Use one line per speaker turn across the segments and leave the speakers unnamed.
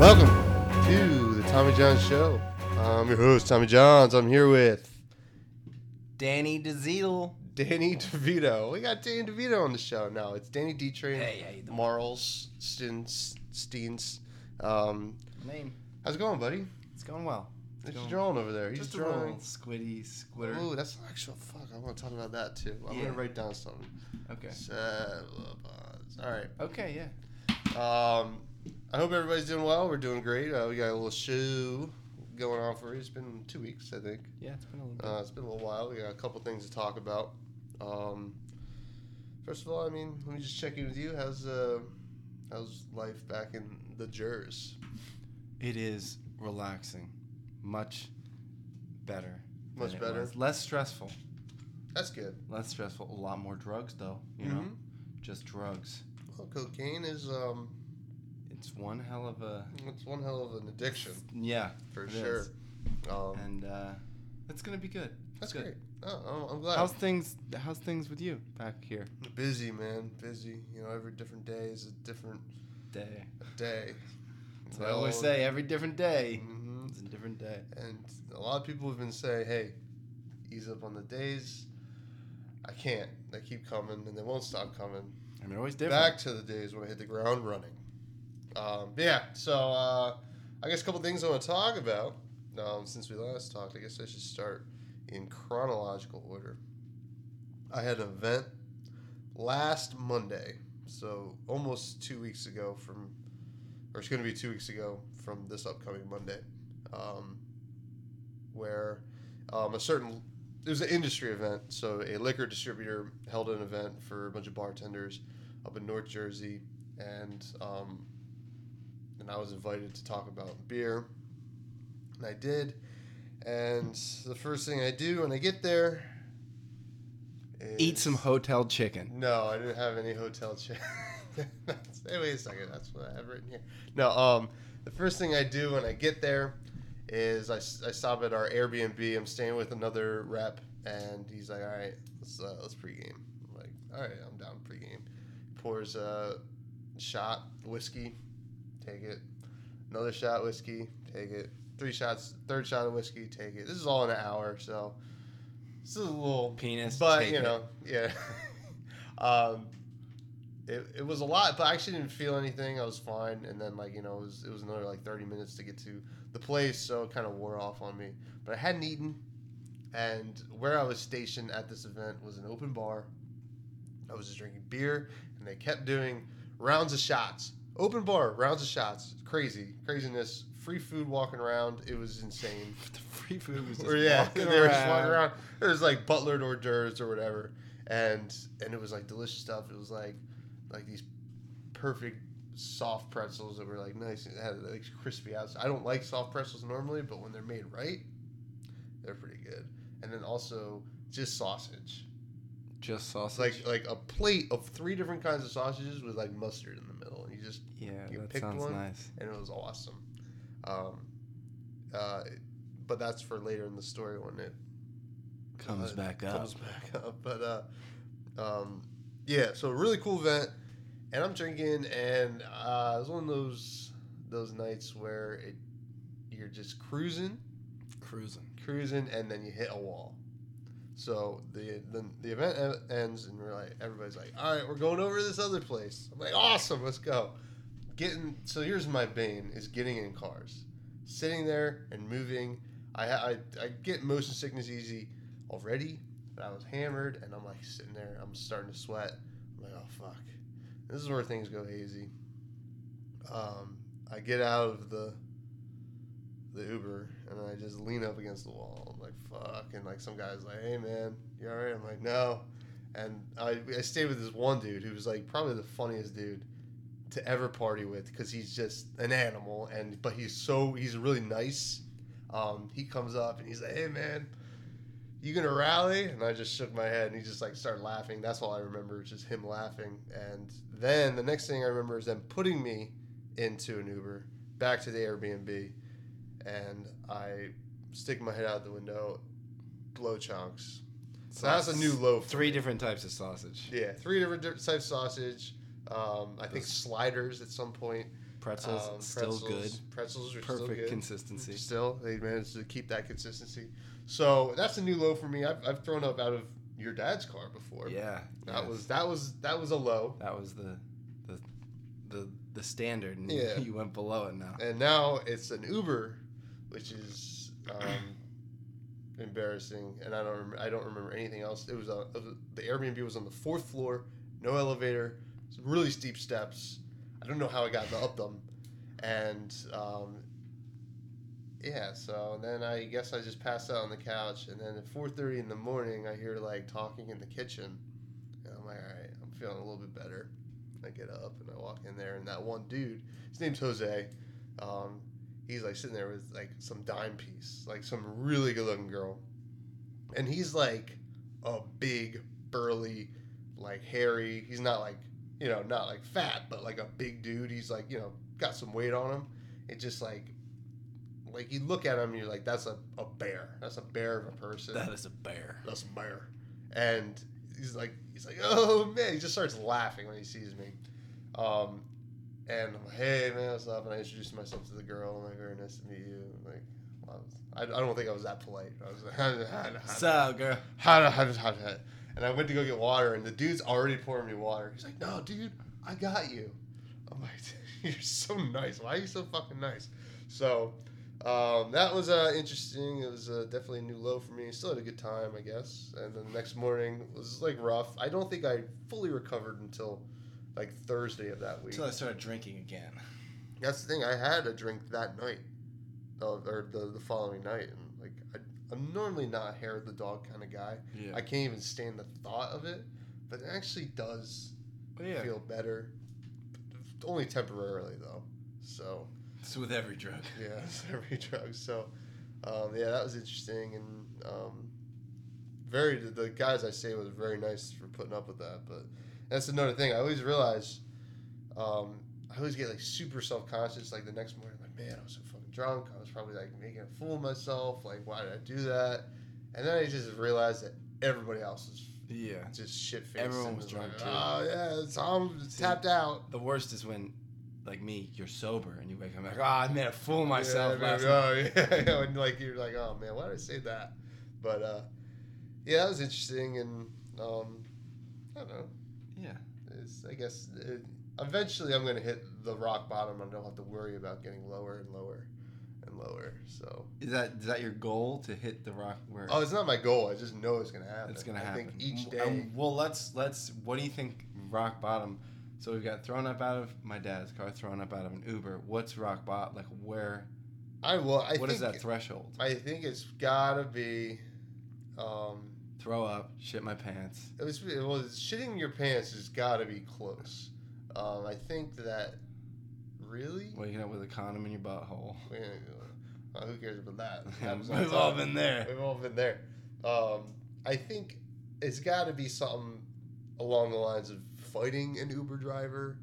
Welcome to the Tommy John Show. I'm your host, Tommy Johns. I'm here with
Danny DeZiel.
Danny DeVito. We got Danny DeVito on the show now. It's Danny D-Train,
Hey, how you doing?
Marls, Stins, Steens. Um,
Name.
how's it going, buddy?
It's going well. It's
What you
going-
drawing over there? He's
Just a
drawing.
little squiddy squitter.
Ooh, that's an actual fuck. I want to talk about that too. I'm
Yeah.
gonna write down something.
Okay.
All right.
Okay, yeah.
Um, I hope everybody's doing well. We're doing great. Uh, we got a little show going on for you. It's been two weeks, I think.
Yeah, it's been a little bit.
Uh, it's been a little while. We got a couple things to talk about. Um, first of all, I mean, let me just check in with you. How's uh, how's life back in the Jers?
It is relaxing. Much better. than
Much
it
better.
was. Less stressful.
That's good.
Less stressful. A lot more drugs, though. You know?
Mhm.
Just drugs.
Well, cocaine is um,
It's one hell of a.
it's one hell of an addiction
Yeah.
for
it
sure.
is.
Um,
And uh, it's going to be good.
that's
good.
great. Oh, I'm- I'm glad.
How's things? How's things with you back here?
busy, man. Busy. You know, every different day is a different
Day.
day.
That's what I always
Well,
say. Every different day.
mhm.
It's a different day.
And a lot of people have been saying, hey, ease up on the days. I can't. They keep coming and they won't stop coming.
I mean, always different.
Back to the days when I hit the ground running. Um, but yeah, so uh, I guess a couple things I want to talk about. Um, since we last talked, I guess I should start in chronological order. I had an event last Monday, so almost two weeks ago from, or it's going to be two weeks ago from this upcoming Monday, um, where um, a certain it was an industry event. So a liquor distributor held an event for a bunch of bartenders up in North Jersey, and um, and I was invited to talk about beer, and I did. And the first thing I do when I get there, is
Eat some hotel chicken.
no, I didn't have any hotel chair. hey, wait a second. That's what I have written here. No, um, the first thing I do when I get there is I, s- I stop at our Airbnb. I'm staying with another rep, and he's like, "All right, let's uh, let's pregame." I'm like, "All right, I'm down pregame." Pours a shot whiskey, take it. Another shot whiskey, take it. Three shots, third shot of whiskey, take it. This is all in an hour, so this is a little
Penis.
but
take
you
it.
know, yeah. um, it, it was a lot, but I actually didn't feel anything. I was fine, and then like you know, it was it was another like thirty minutes to get to the place, so it kind of wore off on me. But I hadn't eaten, and where I was stationed at this event was an open bar. I was just drinking beer, and they kept doing rounds of shots. Open bar, rounds of shots, crazy craziness, free food walking around. It was insane.
the free food was just
Or yeah,
walking
they were just
around.
walking around. It was like butlered hors d'oeuvres or whatever, and and it was like delicious stuff. It was like like these perfect soft pretzels that were like nice and had like crispy outside. I don't like soft pretzels normally, but when they're made right, they're pretty good. And then also just sausage,
Just
It's
sausage.
like like a plate of three different kinds of sausages with like mustard in the middle, and you just
yeah,
you
that
picked
sounds
one.
nice.
and it was awesome. Um, uh, but that's for later in the story when it
Comes
uh,
back up.
Comes back up. But uh, um, yeah, so really cool event, and I'm drinking, and uh, it was one of those those nights where it you're just cruising,
Cruising.
cruising, and then you hit a wall. So the the, the event e- ends, and we're like, everybody's like, all right, we're going over to this other place. I'm like, awesome, let's go. Getting so here's my bane is getting in cars, sitting there and moving. I ha- I, I get motion sickness easy already. But I was hammered, and I'm like sitting there. I'm starting to sweat. I'm like, oh fuck. This is where things go hazy. Um, I get out of the the Uber, and I just lean up against the wall. I'm like, fuck. And like some guy's like, hey man, you all right? I'm like, no. And I I stayed with this one dude who was like probably the funniest dude to ever party with because he's just an animal and but he's so he's really nice. Um, he comes up and he's like, hey man, you gonna rally? And I just shook my head, and he just like started laughing. That's all I remember, is just him laughing. And then the next thing I remember is them putting me into an Uber back to the Airbnb, and I stick my head out the window, blow chunks. So that's a new low. for
Three
me.
different types of sausage.
Yeah, three different di- types of sausage. Um, I think sliders at some point.
Pretzels
Um,
still good.
Pretzels are still
Perfect
good.
consistency.
Still, they managed to keep that consistency. So that's a new low for me. I've, I've thrown up out of your dad's car before.
Yeah.
That
yeah.
was that was that was a low.
that was the the the, the standard and
Yeah.
you went below it now.
And now it's an Uber, which is um, embarrassing. And I don't rem- I don't remember anything else. It was on, it was- the Airbnb was on the fourth floor, no elevator, it's really steep steps. I don't know how I got up them, and um, yeah. So and then I guess I just passed out on the couch. And then at four thirty in the morning, I hear like talking in the kitchen, and I'm like, all right, I'm feeling a little bit better. I get up and I walk in there, and that one dude, his name's Jose um, he's like sitting there with like some dime piece, like some really good looking girl, and he's like a big, burly, like hairy. He's not like you know not like fat, but like a big dude. He's like you know got some weight on him. It just like like you look at him, you're like that's a, a bear. That's a bear of a person.
That is a bear.
That's Meyer. And he's like, he's like, oh man, he just starts laughing when he sees me. Um, and I'm like, hey man, what's up? And I introduced myself to the girl. Oh I'm like, very nice to meet you. I'm like, I, was, I, I don't think I was that polite. I was like,
So girl.
how to how to how to and I went to go get water and the dude's already pouring me water. He's like, No, dude, I got you. I'm like, You're so nice. Why are you so fucking nice? So um, that was uh, interesting. It was uh, definitely a new low for me. Still had a good time, I guess. And then the next morning was like rough. I don't think I fully recovered until like Thursday of that week.
Until I started drinking again.
That's the thing. I had a drink that night, uh, or the, the following night, and like I, I'm normally not a hair of the dog kind of guy.
Yeah.
I can't even stand the thought of it, but it actually does
yeah.
feel better. Only temporarily though. So
It's with every drug.
yeah, it's every drug. So um, yeah, that was interesting and um, very. The, the guys I say was very nice for putting up with that. But that's another thing. I always realize. Um, I always get like super self conscious. Like the next morning, like man, I was so fucking drunk. I was probably like making a fool of myself. Like why did I do that? And then I just realized that everybody else is
Yeah.
just shit faced.
Everyone was drunk, too.
Oh yeah, it's I'm
See?
tapped out.
The worst is when, like me, you're sober and you wake up like, oh, I made a fool of myself
Yeah,
last
maybe,
night.
oh, yeah, yeah, and like you're like, oh man, why did I say that? But uh, yeah, that was interesting, and um, I don't know.
Yeah.
It's, I guess it, eventually I'm gonna hit the rock bottom, and I don't have to worry about getting lower and lower and lower. So,
Is that is that your goal to hit the rock where
oh, it's not my goal. I just know it's gonna happen.
it's gonna
I
happen?
think each
W-
day.
um, well, let's let's. What do you think? Rock bottom. So we've got thrown up out of my dad's car, thrown up out of an Uber. What's rock bottom? Like where?
I will. I
What is
think,
that threshold?
I think it's gotta be. Um,
Throw up, shit my pants.
It was well, shitting your pants has got to be close. Um, I think that really.
Waking up with a condom in your butthole.
Well, who cares about that? It happens all the
We've all
time.
been there.
We've all been there. Um, I think it's got to be something along the lines of fighting an Uber driver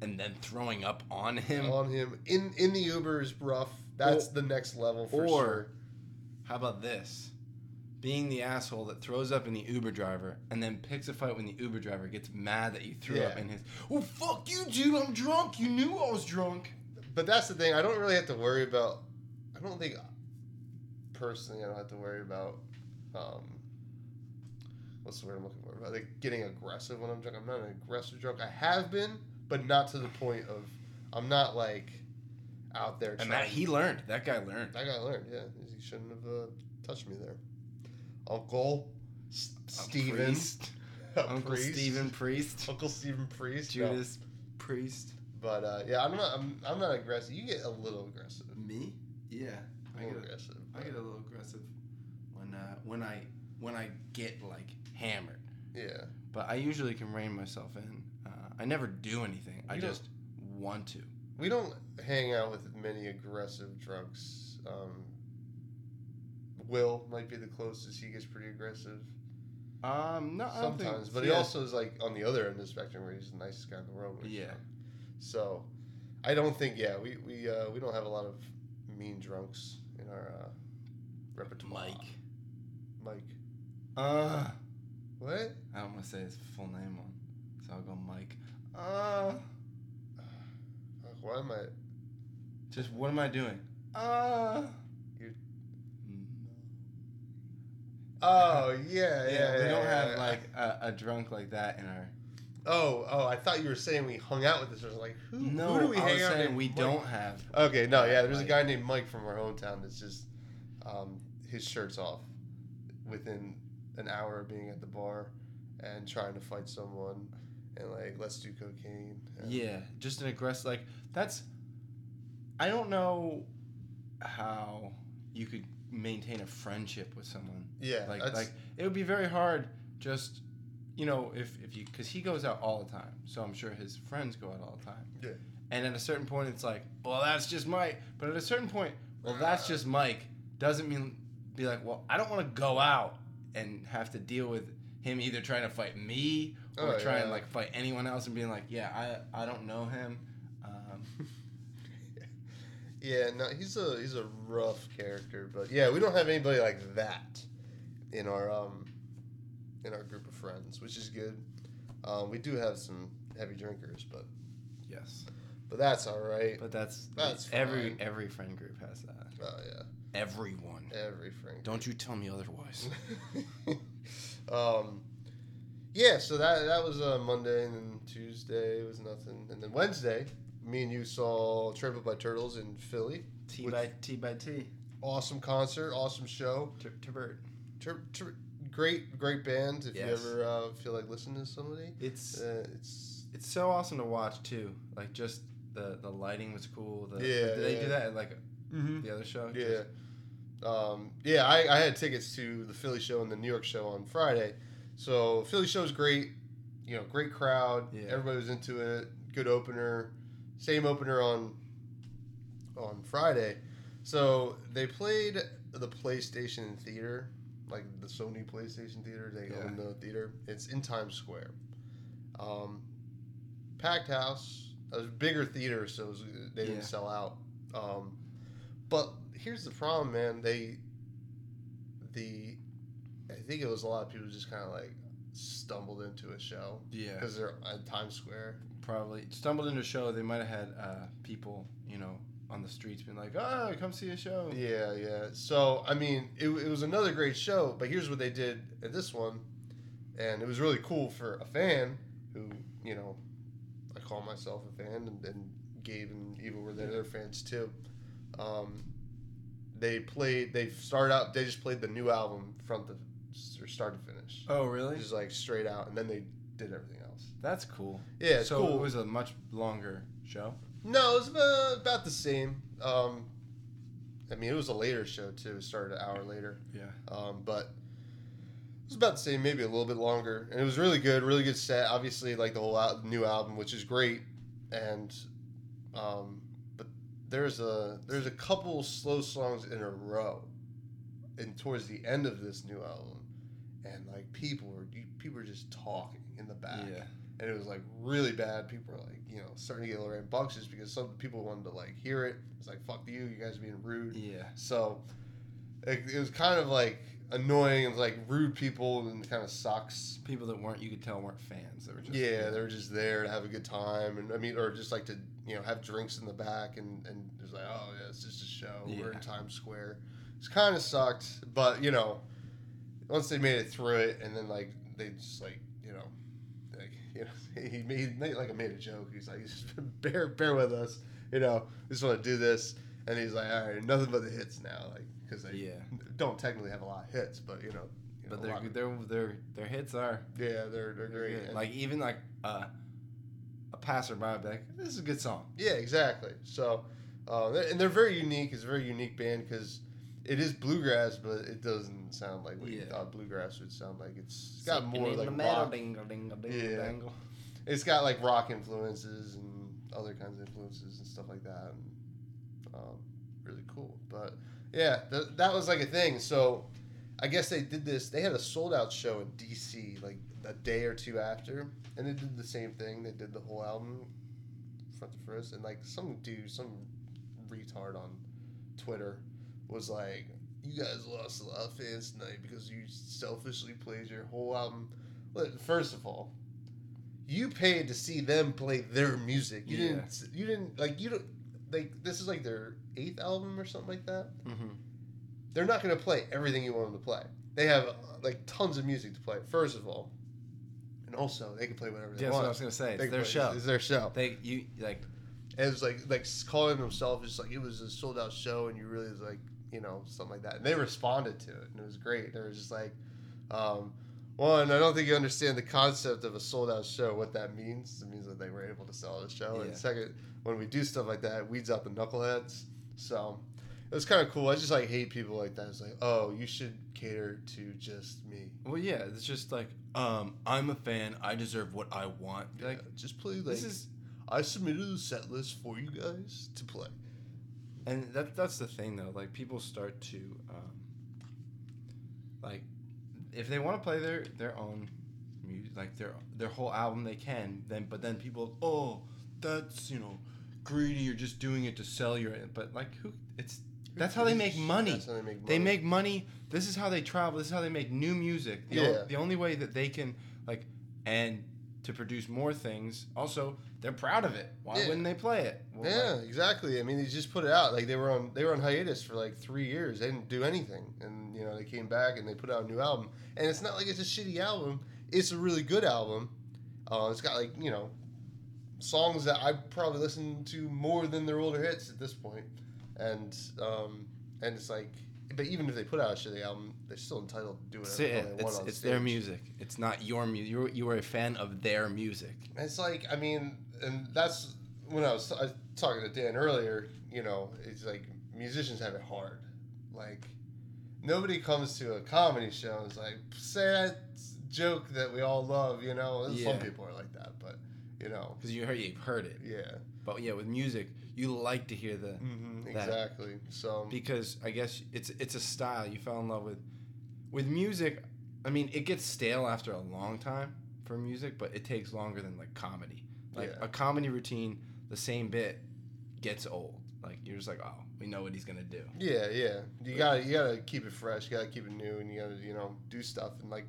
And then throwing up on him.
on him in in the Uber is rough. That's
Or-
the next level for
or-
sure.
How about this? Being the asshole that throws up in the Uber driver and then picks a fight when the Uber driver gets mad that you threw up
Yeah.
in his. Well, fuck you, dude. I'm drunk. You knew I was drunk.
But that's the thing. I don't really have to worry about. I don't think personally. I don't have to worry about. Um, what's the word I'm looking for? About, like getting aggressive when I'm drunk. I'm not an aggressive drunk. I have been, but not to the point of. I'm not like out there.
And that he learned. That guy learned.
I got learned. Yeah, he shouldn't have uh, touched me there. Uncle S-
A
Steven.
priest.
a
Uncle
priest.
Steven Priest.
Uncle Stephen Priest. no.
Judas Priest.
But uh, yeah, I'm not. I'm, I'm not aggressive. You get a little aggressive.
Me? Yeah.
A little aggressive.
I
but-
get a little aggressive when uh, when I when I get like hammered.
Yeah.
But I usually can rein myself in. Uh, I never do anything. I
You don't-
just want to.
We don't hang out with many aggressive drunks. Um, Will might be the closest. He gets pretty aggressive
Um, no, I don't think-
sometimes, but he
yeah.
also is like on the other end of the spectrum where he's the nicest guy in the world. which,
Yeah.
So, I don't think yeah we we uh, we don't have a lot of mean drunks in our uh, repertoire.
Mike.
Mike.
Uh,
What?
I don't want to say his full name on, so I'll go Mike. Uh,
Oh why am I?
Just what am I doing? Uh
You're-
Mm.
Oh yeah, yeah.
Yeah, we
yeah,
don't
yeah,
have
yeah.
like a, a drunk like that in our.
Oh, oh, I thought you were saying we hung out with this person. Like who?
No,
who do we
I was
hang out
saying
with?
we don't have.
Okay, no, yeah. There's a
Like-
guy named Mike from our hometown that's just um, his shirt's off within an hour of being at the bar and trying to fight someone and like let's do cocaine. and-
Yeah, just an aggressive like that's. I don't know how you could maintain a friendship with someone
yeah.
like
that's-
like it would be very hard just you know if if you because he goes out all the time so i'm sure his friends go out all the time
Yeah.
and at a certain point it's like well that's just mike but at a certain point well that's just mike doesn't mean be like well i don't want to go out and have to deal with him either trying to fight me or
Oh,
trying to
yeah.
like fight anyone else and being like yeah i i don't know him um,
Yeah, no, he's a he's a rough character, but yeah, we don't have anybody like that in our um in our group of friends, which is good. Um, we do have some heavy drinkers, but
yes
but that's all right.
but that's,
That's
every
fine.
every friend group has that
Oh yeah,
everyone
every friend.
don't you tell me otherwise
um, yeah, so that that was uh, Monday, and then Tuesday was nothing, and then Wednesday, me and you saw Trampled by Turtles in Philly.
T
Which-
by T by T.
Awesome concert, awesome show.
Tur- Turbert.
Tur- tur- great, great band. If
Yes.
you ever uh, feel like listening to somebody,
It's
uh, it's
it's so awesome to watch too. Like just the the lighting was cool. The,
Yeah,
Did they
yeah.
do that at like
mm-hmm.
the other show?
yeah, um, yeah. I, I had tickets to the Philly show and the New York show on Friday, so Philly show's great. You know, great crowd.
Yeah.
Everybody was into it. Good opener. Same opener on on Friday. So they played the PlayStation Theater, like the Sony PlayStation Theater. They
Yeah.
own the theater. It's in Times Square. Um, packed house. It was a bigger theater, so it was, they didn't
Yeah.
sell out. Um, but here's the problem, man. They the I think it was a lot of people just kind of like stumbled into a show
Yeah.
because they're at Times Square.
Probably stumbled into a show. They might have had uh, people you know on the streets being like, "Oh, come see a show."
Yeah, yeah. So I mean, it, it was another great show, but here's what they did at this one, and it was really cool for a fan who you know, I call myself a fan, and, and Gabe and Eva were their other fans too. Um, they played. They started out. They just played the new album from the s- start to finish,
Oh, really?
just like straight out, and then they did everything else.
That's cool.
Yeah, it's
so
cool.
it was a much longer show.
No, it was about, about the same. Um, I mean, it was a later show too. It started an hour later.
Yeah.
Um, but it was about the same, maybe a little bit longer. And it was really good, really good set. Obviously, like the whole al- new album, which is great. And um, but there's a there's a couple slow songs in a row, and towards the end of this new album, and like people were you- people were just talking in the back
Yeah.
and it was like really bad. People were like, you know, starting to get Lorraine bucks just because some people wanted to like hear it. It's like fuck you, you guys are being rude.
Yeah.
So it, it was kind of like annoying and like rude people and kind of sucks.
People that weren't you could tell weren't fans. They were just
Yeah, they were just there to have a good time and I mean, or just like to you know have drinks in the back and and it's like oh yeah, it's just a show. We're
Yeah.
in Times Square. It's kind of sucked, but you know, once they made it through it and then like they just like you know like you know he made he made- like I made a joke. He's like, just bear bear with us, you know. We just want to do this, and he's like, all right, nothing but the hits now, like because they
Yeah.
don't technically have a lot of hits, but you know, you
But
know, a
their
lot-
their their their hits are
yeah, they're they're great.
good.
And-
Like even like uh, a passerby would be like, "This is a good song."
yeah, exactly. So, uh, they're- and they're very unique. It's a very unique band because. It is bluegrass, but it doesn't sound like what you
Yeah.
thought bluegrass would sound like. It's got more like rock.
dingle, dingle,
Yeah.
dangle.
it's got like rock influences and other kinds of influences and stuff like that and um, really cool but yeah th- that was like a thing so i guess they did this they had a sold out show in dc like a day or two after and they did the same thing they did the whole album front to first and like some dude some retard on twitter was like you guys lost a lot of fans tonight because you selfishly played your whole album Look, first of all you paid to see them play their music. You
Yeah.
didn't. s- You didn't like you don't like this is like their eighth album or something like that.
Mm-hmm.
They're not going to play everything you want them to play. They have uh, like tons of music to play. First of all, and also they can play whatever they
Yeah, that's what I
want.
was gonna say.
They
It's
can
their
play-
show.
It's their show.
They you like
And it's like like calling himself is like it was a sold out show and you really was like you know something like that and they responded to it and it was great they were just like um, one I don't think you understand the concept of a sold out show what that means it means that they were able to sell the show
Yeah.
and second when we do stuff like that it weeds out the knuckleheads so it was kind of cool I just like hate people like that it's like oh you should cater to just me
well yeah. It's just like um I'm a fan. I deserve what I want. Like
like just play like
this is
I submitted a set list for you guys to play
and that that's the thing though like people start to um, like if they want to play their their own music like their their whole album they can then but then people oh that's you know greedy you're just doing it to sell your but like who it's that's how they make money
That's how they make money
they make money. This is how they travel. This is how they make new music. The, o-
Yeah.
the only way that they can like and to produce more things. Also, they're proud of it. Why
Yeah.
wouldn't they play it? Well, like,
Yeah, exactly. I mean, they just put it out. Like they were on they were on hiatus for like three years. They didn't do anything, and you know they came back and they put out a new album. And it's not like it's a shitty album. It's a really good album. Uh, it's got like you know songs that I probably listen to more than their older hits at this point. And um, and it's like, but even if they put out a shitty album, they're still entitled to do whatever
That's
the hell
it.
they want
It's,
on
it's their
stage.
music. It's not your music. You you are a fan of their music.
It's like I mean, and that's when I was, I was talking to Dan earlier. You know, it's like musicians have it hard. Like nobody comes to a comedy show and is like, say that joke that we all love. You know, And some
Yeah.
people are like that, but you know,
Because you heard you've heard it.
yeah,
But yeah, with music, you like to hear the
mm-hmm,
That-
exactly. So
because I guess it's it's a style you fell in love with. With music, I mean, it gets stale after a long time for music, but it takes longer than like comedy. Like
Yeah.
a comedy routine, the same bit gets old. Like you're just like, oh, we know what he's gonna do.
Yeah, yeah. You gotta you gotta keep it fresh. You gotta keep it new, and you gotta you know do stuff and like,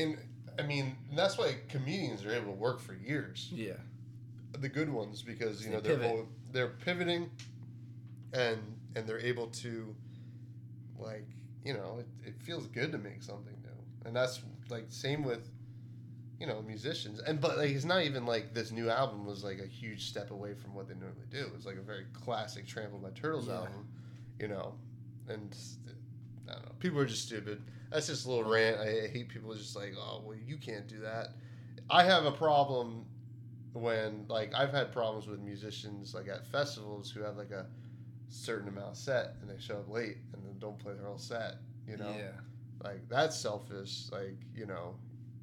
and I mean that's why comedians are able to work for years.
Yeah,
the good ones because you
They
know they're
pivot.
all- they're pivoting and and they're able to like you know it, it feels good to make something new and that's like same with you know musicians and but like it's not even like this new album was like a huge step away from what they normally do it was like a very classic trample by turtles
Yeah.
album you know and i don't know people are just stupid that's just a little rant i I hate people just like oh well you can't do that i have a problem when like I've had problems with musicians like at festivals who have like a certain amount of set and they show up late and then don't play their whole set. You know,
yeah,
like that's selfish. Like you know,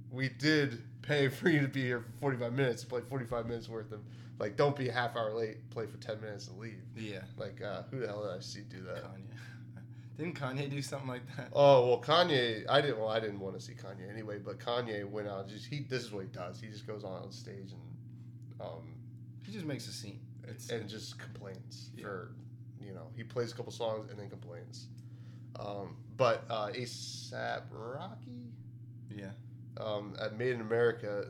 we did pay for you to be here for forty five minutes, play forty five minutes worth of like don't be a half hour late, play for ten minutes and leave.
yeah.
Like uh, who the hell did I see do that?
Kanye, didn't Kanye do something like that?
Oh well, Kanye. I didn't. Well, I didn't want to see Kanye anyway. But Kanye went out. Just he. This is what he does. He just goes on stage and um,
He just makes a scene. It's
and just complains
Yeah.
for you know he plays a couple songs and then complains um, but uh, asap rocky
yeah,
um, at made in america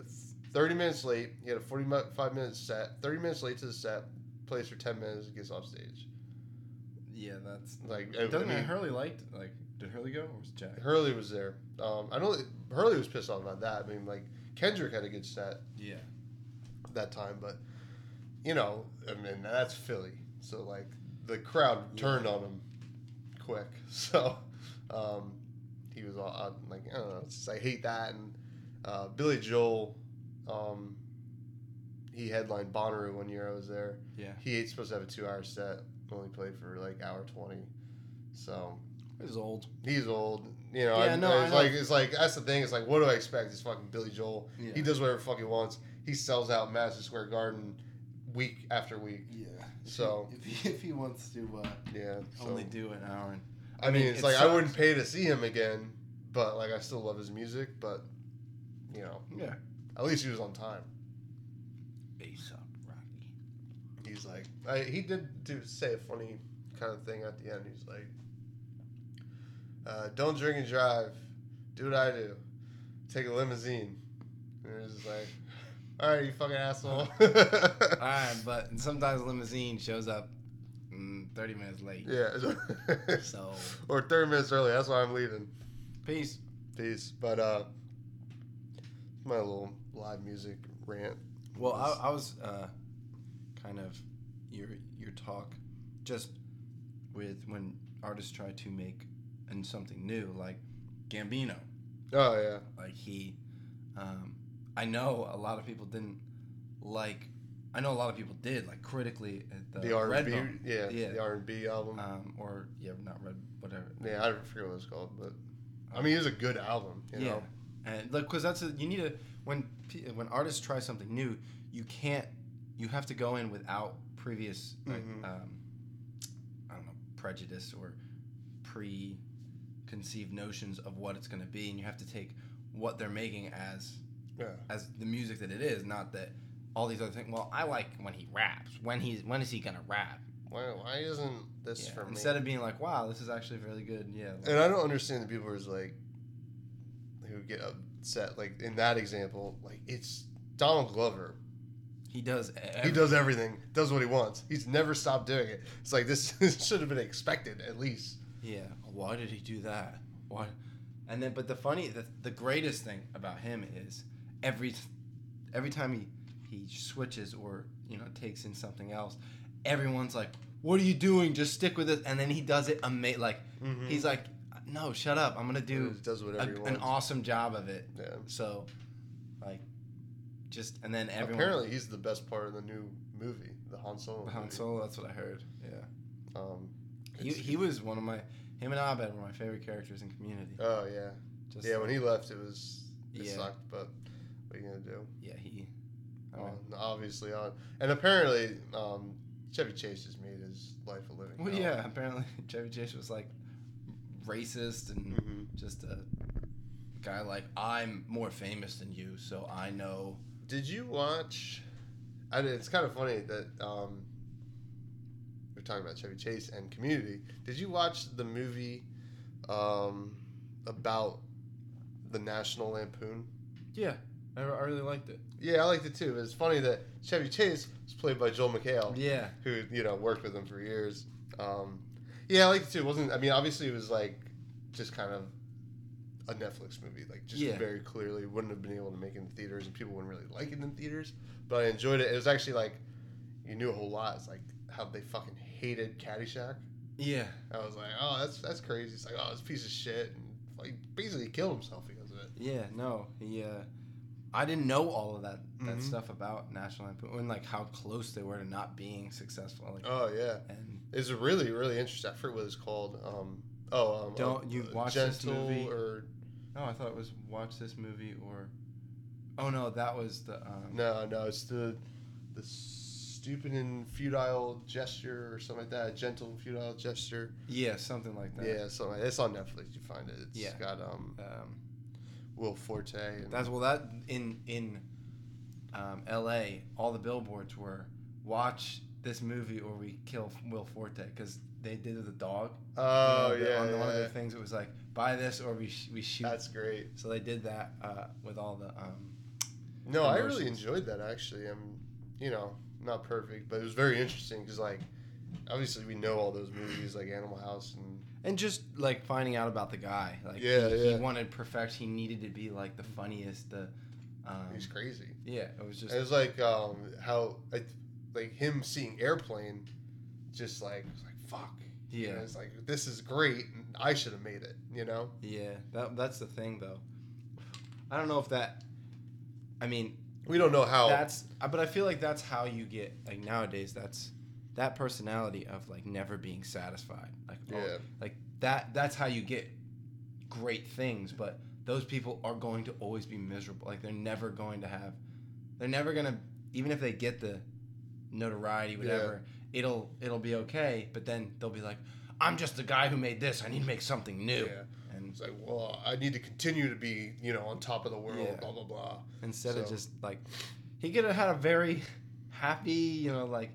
30 minutes late he had a 45 minute set 30 minutes late to the set plays for 10 minutes gets off stage
yeah. That's
like I- I
doesn't
mean,
Hurley liked like did Hurley go or was it Jack?
hurley was there um, i know that hurley was pissed off about that i mean like kendrick had a good set
Yeah,
that time, but you know, I mean that's Philly, so like the crowd turned on him quick. So um, he was all uh, like, I don't know, it's just, I hate that. And uh, Billy Joel, um, he headlined Bonnaroo one year I was there.
yeah.
He ain't supposed to have a two-hour set, only played for like hour twenty. So
It was old.
he's old, you know.
Yeah,
I,
no, I
it's
know.
like it's like that's the thing. It's like what do I expect? It's fucking Billy Joel.
Yeah,
He does whatever the fuck he wants. He sells out Madison Square Garden week after week.
yeah.
So
If he, if he wants to. Uh,
yeah, so,
only do an hour and
I mean,
mean,
it's
it
like I
sucks.
wouldn't pay to see him again, but like I still love his music. But you know,
yeah
at least he was on time.
aesop rocky
He's like, I, he did do say a funny kind of thing at the end. He's like, uh, "Don't drink and drive. Do what I do. Take a limousine." And it was like, All right, you fucking asshole.
All right, but sometimes limousine shows up mm, 30 minutes late.
yeah.
So,
or 30 minutes early. That's why I'm leaving.
peace.
Peace. But uh, my little live music rant.
Well, I, I was uh, kind of your your talk just with when artists try to make and something new like Gambino.
Oh yeah.
Like he, um, I know a lot of people didn't like. I know a lot of people did like critically at the,
the R and B,
Redbone,
yeah,
Yeah.
the R and B album.
um, or yeah, not Red, whatever.
yeah, I don't forget what it's called, but I mean, it's a good album. You
uh, yeah,
know?
and look, because that's a, you need to when pe- when artists try something new, you can't. You have to go in without previous, like,
Mhm.
um, I don't know, prejudice or preconceived notions of what it's going to be, and you have to take what they're making as
yeah,
as the music that it is, not that all these other things. Well, I like when he raps. When he's when is he going to rap?
Why, why isn't this
Yeah,
for me?
Instead of being like, wow, this is actually really good. Yeah, like-
and I don't understand the people who's like, who get upset. Like in that example, like it's Donald Glover.
he does. e-,
He
every-
does everything, does what he wants. He's never stopped doing it. It's like this, this should have been expected at least.
Yeah. Why did he do that? Why? And then, but the funny, the, the greatest thing about him is every every time he he switches or you know takes in something else, everyone's like, "What are you doing? Just stick with it." And then he does it ama- Like
Mhm.
he's like, "No, shut up! I'm gonna do
He does
a,
whatever he
an
wants.
awesome job of it."
yeah.
So, like, just and then everyone.
Apparently, he's the best part of the new movie, the Han Solo.
Han
movie.
Solo. That's what I heard. Yeah.
Um,
He,
it's-
he was one of my him and Abed were my favorite characters in Community.
oh yeah.
Just
yeah, when he left, it was it
Yeah.
sucked. But what are you gonna do?
Yeah, he. I mean,
On, Oh, obviously on, and apparently um, Chevy Chase has made his life a living.
well, yeah. Apparently, Chevy Chase was like racist and
hmm
just a guy like I'm more famous than you, so I know.
Did you watch? I did, it's kind of funny that um, we're talking about Chevy Chase and Community. Did you watch the movie um, about the National Lampoon?
Yeah, I, I really liked it.
Yeah, I liked it too. But it's funny that Chevy Chase was played by Joel McHale.
Yeah,
who you know worked with him for years. Um, yeah, I liked it too. It wasn't I mean obviously it was like just kind of a Netflix movie, like just
Yeah.
very clearly wouldn't have been able to make it in theaters, and people wouldn't really like it in theaters. But I enjoyed it. It was actually like you knew a whole lot. It's like how they fucking hated Caddyshack.
yeah,
I was like, oh, that's that's crazy. It's like oh, this piece of shit, and like basically killed himself because of it.
yeah. No, he. Uh, I didn't know all of that that
Mhm.
stuff about National Lampoon and like how close they were to not being successful. Like,
Oh yeah,
and
it's a really really interesting. I forget what it's called. Um, oh, um,
Don't you
uh,
watch this movie?
or
no, I thought it was watch this movie or. Oh no, that was the. Um,
No, no, it's the the stupid and futile gesture or something like that. gentle and futile gesture.
Yeah, something like that.
Yeah, something. Like It's on Netflix. You find it. It's
Yeah.
got um
Um,
Will Forte. And,
That's well. That in in um, L.A. All the billboards were watch this movie or we kill Will Forte because they did it with the dog.
oh
You know, the-
yeah,
on the- one of
yeah,
their things it was like buy this or we sh- we shoot.
that's great.
so they did that uh, with all the um,
No, I really
Emotions.
enjoyed that actually. I'm, you know, not perfect, but it was very interesting because like, obviously we know all those movies like Animal House and
and just like finding out about the guy. Like
Yeah,
he, he
yeah.
wanted perfection. He needed to be like the funniest. The um,
he's crazy.
yeah, it was just
it was like um how like, like him seeing airplane, just like was like fuck. And
yeah
it's like this is great. and I should have made it. You know.
yeah. That that's the thing though. I don't know if that. I mean,
We don't know how.
that's uh, but i feel like that's how you get like nowadays that's that personality of like never being satisfied like oh,
yeah.
like that that's how you get great things but those people are going to always be miserable like they're never going to have they're never going to even if they get the notoriety whatever it'll it'll be okay but then they'll be like i'm just the guy who made this i need to make something new
Yeah.
and
It's like, well, I need to continue to be, you know, on top of the world.
Yeah.
Blah blah blah.
instead of
So-
just like he could have had a very happy you know like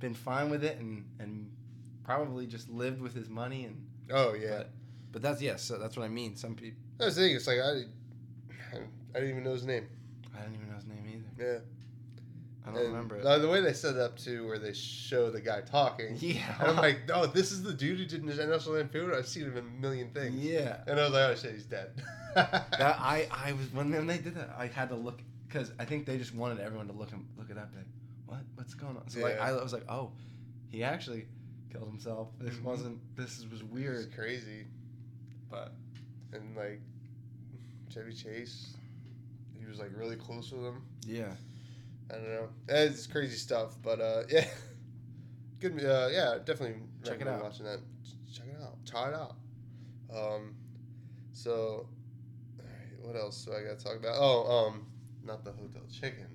been fine with it and and probably just lived with his money and
Oh yeah.
But- but that's yes so that's what i mean some people
That's the thing. It's like I, I didn't even know his name.
i don't even know his name either
Yeah.
I don't
And
remember it.
The, the way they set it up too, where they show the guy talking.
yeah.
And I'm like, oh, this is the dude who did National Lampoon. I've seen him in a million things.
yeah.
And I was like, oh shit, he's dead.
That I I was when, when they did that I had to look because I think they just wanted everyone to look him look it up. and Like, what what's going on? So like
Yeah.
I was like, oh, he actually killed himself. This
Mhm.
wasn't this
it's
was weird.
crazy.
But
And like Chevy Chase, he was like really close with him.
yeah,
I don't know. It's crazy stuff, but uh, yeah, good. Uh, yeah, definitely
Check it
recommend
out.
Watching that, check it out. Try it out. Um, so, all right, what else do I got to talk about? Oh, um, not the hotel chicken,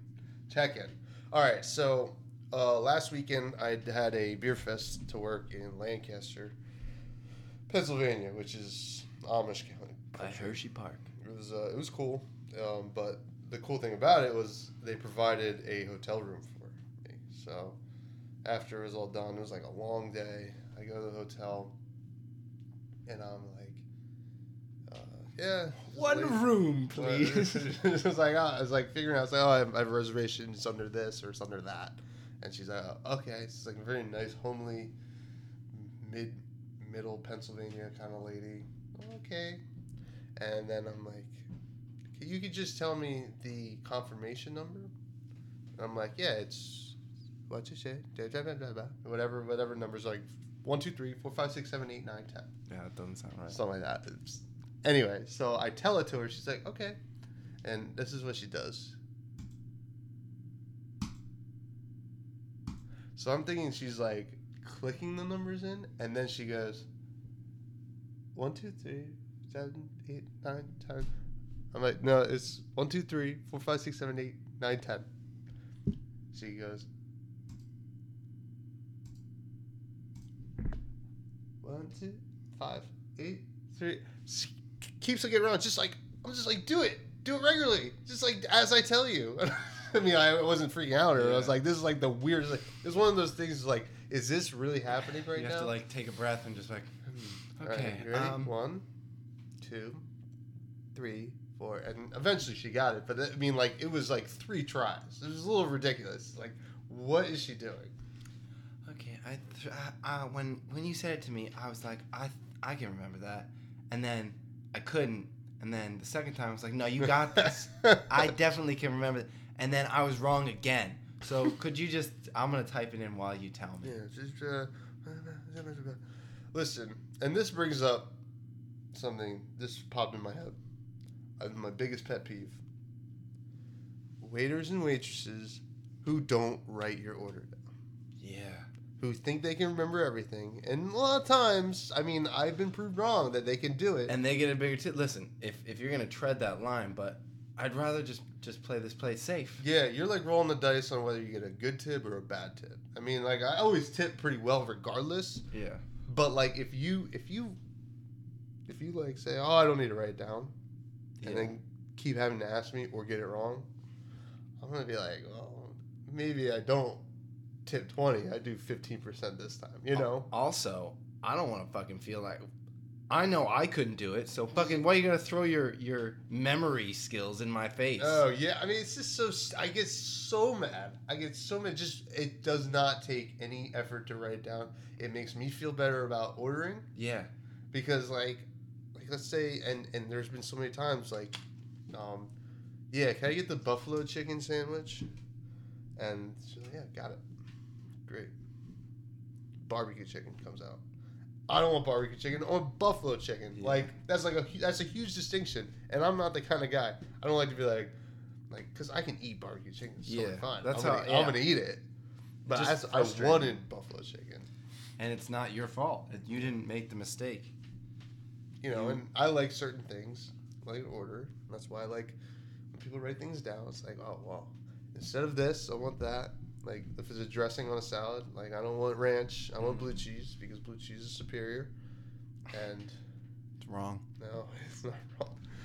check in. All right, so uh, last weekend I had a beer fest to work in Lancaster, Pennsylvania, which is Amish County.
by Hershey Park.
It was uh, it was cool, um, but the cool thing about it was they provided a hotel room for me. So after it was all done, it was like a long day. I go to the hotel, and I'm like, uh, yeah, just
One
leave.
room, please.
it was like oh, I was like figuring out. I was like, oh, I have, I have reservations under this or it's under that, and she's like, oh, okay. It's like a very nice, homely, mid middle Pennsylvania kind of lady. Okay, and then I'm like, "Okay, you could just tell me the confirmation number. And I'm like, yeah, it's what you say, da- da- da- da- da," whatever, whatever numbers like one, two, three, four, five, six, seven, eight, nine, ten
yeah, that doesn't sound right.
something like that. It's- anyway, so I tell it to her. She's like, okay. And this is what she does. So I'm thinking she's like clicking the numbers in, and then she goes, one, two, three, seven, eight, nine, ten. I'm like, no, it's one, two, three, four, five, six, seven, eight, nine, ten. She goes, one, two, five, eight, three. She keeps looking around, just like I'm just like, do it, do it regularly, just like as I tell you. I mean, I wasn't freaking out, or I was
Yeah.
like, this is like the weirdest. Like, it's one of those things. Like, is this really happening right
you
now? Hmm.
have to like take a breath and just like
All right,
okay.
you ready?
um,
One, two, three, four, and eventually she got it. But I mean, like it was like three tries. It was a little ridiculous. Like, what is she doing?
Okay, I, th- I, I when when you said it to me, I was like, I I can remember that, and then I couldn't, and then the second time I was like, No, you got this. I definitely can remember, th- and then I was wrong again. So could you just? I'm gonna type it in while you tell me.
Yeah, just uh, listen. And this brings up something. This popped in my head. Uh, my biggest pet peeve: waiters and waitresses who don't write your order down.
Yeah,
who think they can remember everything. And a lot of times, I mean, I've been proved wrong that they can do it.
and they get a bigger tip. Listen, if if you're gonna tread that line, but I'd rather just just play this play safe.
yeah, you're like rolling the dice on whether you get a good tip or a bad tip. I mean, like I always tip pretty well regardless,
Yeah,
but like if you if you if you like say, "Oh, I don't need to write it down."
Yeah.
And then keep having to ask me or get it wrong. I'm going to be like, "Well, maybe I don't tip 20. I do 15% this time."
Oh,
You know?
Also, I don't want to fucking feel like I know I couldn't do it. So fucking, why are you gonna throw your your memory skills in my face?
Oh yeah, I mean it's just so. st- I get so mad. I get so mad. Just it does not take any effort to write it down. It makes me feel better about ordering
yeah,
because like, like let's say and and there's been so many times like, um, yeah, can I get the buffalo chicken sandwich? And so yeah, got it. Great. Barbecue chicken comes out. I don't want barbecue chicken or buffalo chicken.
Yeah.
Like that's like a hu- that's a huge distinction, and I'm not the kind of guy. I don't like to be like, like because I can eat barbecue chicken. It's totally
Yeah,
fine.
that's
I'm
how-
gonna,
yeah.
I'm gonna eat it. But
Just
as, I
frustrating.
wanted buffalo chicken.
and it's not your fault. You didn't make the mistake.
you know,
You-
and I like certain things, like order. That's why I like when people write things down. It's like, oh well, instead of this, I want that. Like if it's a dressing on a salad, like I don't want ranch. I want
Mm-hmm.
blue cheese because blue cheese is superior. And
It's wrong.
no, it's not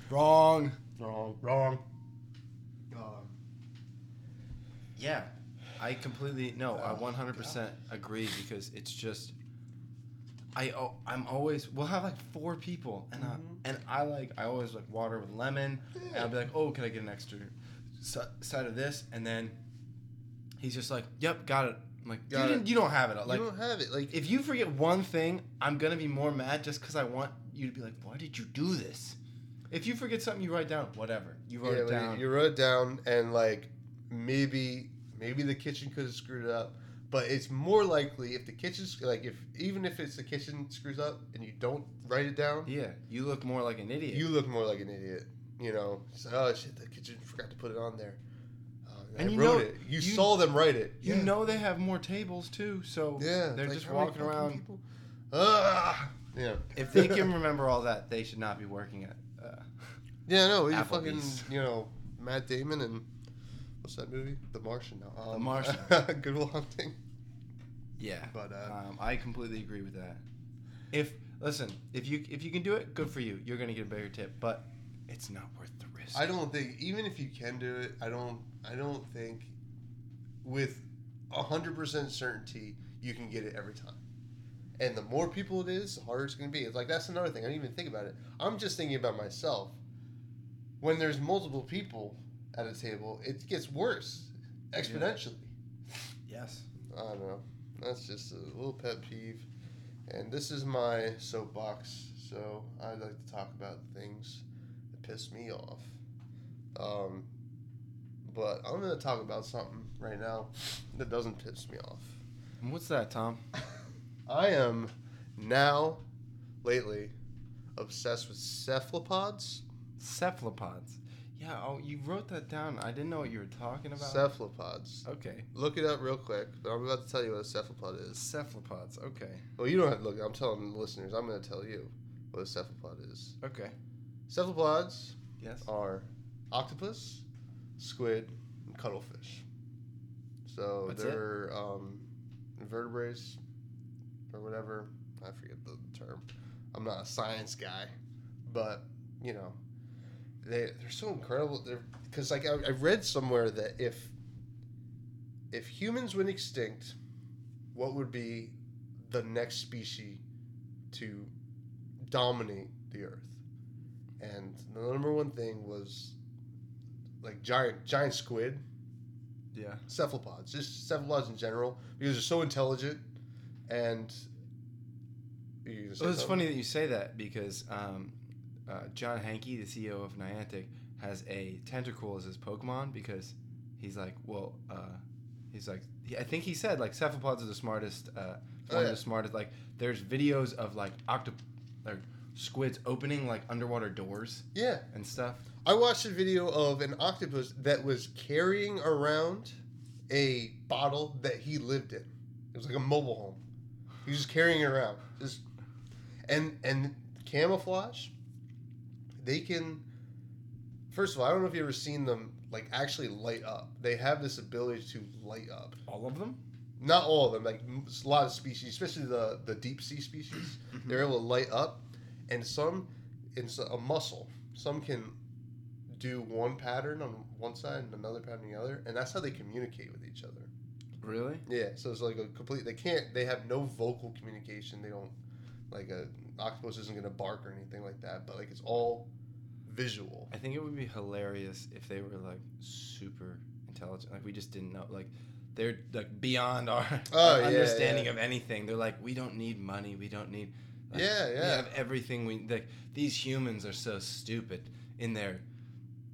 wrong.
Wrong.
Wrong. Wrong.
Um, Yeah, I completely no. I
Oh,
100 percent agree because it's just. I oh, I'm always we'll have like four people and
Mhm.
I and I like I always like water with lemon
Yeah.
And I'll be like, oh, can I get an extra si- side of this? And then He's just like, "Yep, got it." I'm like,
Got
"You
it.
didn't. You don't have it." Like,
you don't have it. Like,
if you forget one thing, I'm gonna be more mad just because I want you to be like, "Why did you do this?" If you forget something, you write it down whatever you wrote
yeah,
it
like,
down.
you wrote it down, and like maybe maybe the kitchen could have screwed it up, but it's more likely if the kitchen's like if even if it's the kitchen screws up and you don't write it down,
yeah, you look more like an idiot.
you look more like an idiot. You know, It's like, oh shit, the kitchen forgot to put it on there. Uh,
And
I
you
wrote
know-
it. You,
you-
saw them write it.
You
Yeah.
know they have more tables too, so
Yeah,
they're
like,
just
how many
walking
fucking
around.
people- Ah, yeah.
If they can remember all that, they should not be working at. Uh,
yeah, no, you fucking,
Applebee's.
you know, Matt Damon and what's that movie? The Martian. No, um,
Martian.
Good Will Hunting.
yeah,
But uh,
um, I completely agree with that. If listen, if you if you can do it, good for you. You're gonna get a bigger tip, but it's not worth the risk.
I don't think even if you can do it, I don't. I don't think with hundred percent certainty you can get it every time. And the more people it is, the harder it's going to be. It's like that's another thing. I didn't even think about it. I'm just thinking about myself. When there's multiple people at a table, it gets worse exponentially.
Yes.
I don't know. That's just a little pet peeve. And this is my soapbox, so I like to talk about things that piss me off. Um, but I'm going to talk about something right now that doesn't piss me off.
And what's that, Tom?
I am now, lately, obsessed with cephalopods.
Cephalopods. Yeah. Oh, you wrote that down. I didn't know what you were talking about.
Cephalopods.
okay.
Look it up real quick, but I'm about to tell you what a cephalopod is.
Cephalopods. Okay.
Well, you don't have to look. it up. I'm telling the listeners. I'm going to tell you what a cephalopod is.
Okay.
Cephalopods
Yes.
are octopus, squid, and cuttlefish. So
That's it?
they're um, invertebrates or whatever. I forget the term. I'm not a science guy, but you know, they they're so incredible. They're because like I, I read somewhere that if if humans went extinct, what would be the next species to dominate the earth? And the number one thing was like giant giant squid
Yeah.
cephalopods, just cephalopods in general, because they're so intelligent. And you gonna say
Well, it's
something?
funny that you say that because um, uh, John Hankey, the CEO of Niantic, has a tentacle as his Pokemon because he's like, well, uh, he's like, he- I think he said like cephalopods are the smartest, uh,
Oh,
one
yeah.
of the smartest. Like, there's videos of like octop, like squids opening like underwater doors
Yeah,
and stuff.
I watched a video of an octopus that was carrying around a bottle that he lived in. It was like a mobile home. He was just carrying it around, just and and camouflage. They can. First of all, I don't know if you have ever seen them like actually light up. They have this ability to light up.
All of them?
not all of them like m- a lot of species especially the the deep sea species they're able to light up and some it's a muscle some can do one pattern on one side and another pattern on the other and that's how they communicate with each other
Really?
yeah so it's like a complete they can't they have no vocal communication they don't like a octopus isn't gonna bark or anything like that but like it's all visual
I think it would be hilarious if they were like super intelligent. Like we just didn't know. Like they're like beyond our
Oh,
our
yeah,
understanding
yeah.
of anything. They're like, we don't need money. We don't need. Like,
Yeah,
We
yeah.
have everything. We like these humans are so stupid in their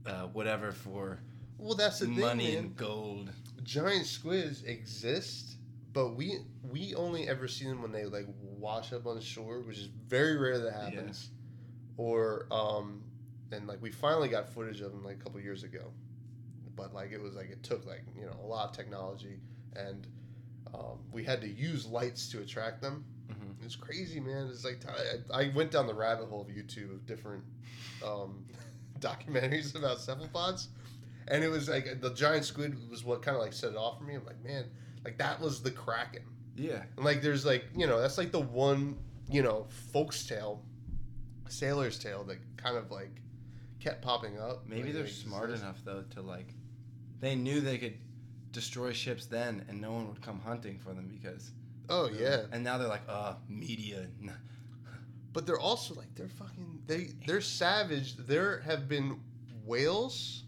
uh, whatever for
well that's the
money
thing man.
and gold.
giant squids exist, but we we only ever see them when they like wash up on shore, which is very rare that happens. Or um, and like we finally got footage of them like a couple years ago, but like it was like it took like you know a lot of technology, and um, we had to use lights to attract them.
Mhm.
It's crazy, man. It's like I, I went down the rabbit hole of YouTube of different um, documentaries about cephalopods, and it was like the giant squid was what kind of like set it off for me. I'm like, man, like that was the kraken.
Yeah.
And like, there's like you know that's like the one you know folk's tale, sailor's tale that kind of like kept popping up.
Maybe
Like,
they're
it
smart
exists.
enough though to like. They knew they could destroy ships then, and no one would come hunting for them because.
Oh yeah,
And now they're like, uh, media. n-
but they're also like they're fucking they they're savage. There have been whales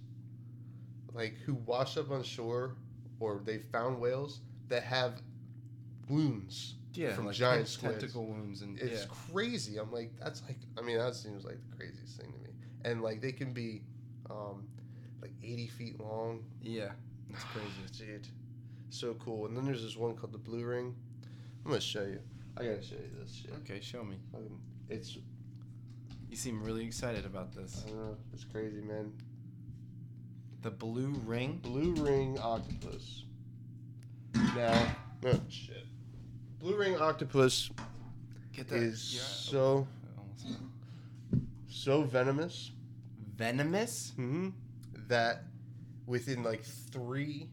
like who wash up on shore or they found whales that have wounds
Yeah,
from
like
giant
tent-
squids.
tentacle wounds and
It's
yeah.
crazy. I'm like, that's like, I mean, that seems like the craziest thing to me. And like, they can be, um, like 80 feet long.
yeah, it's crazy.
dude. So cool. And then there's this one called the Blue Ring. I'm gonna show you. I gotta show you this shit.
Okay, show me.
Fucking- It's,
You seem really excited about this.
I don't know, it's crazy, man.
The blue ring.
Blue Ring Octopus. Now, oh, shit. Blue Ring Octopus
Get that.
is
yeah.
so,
Almost.
so venomous.
Venomous.
Mm-hmm. That within like three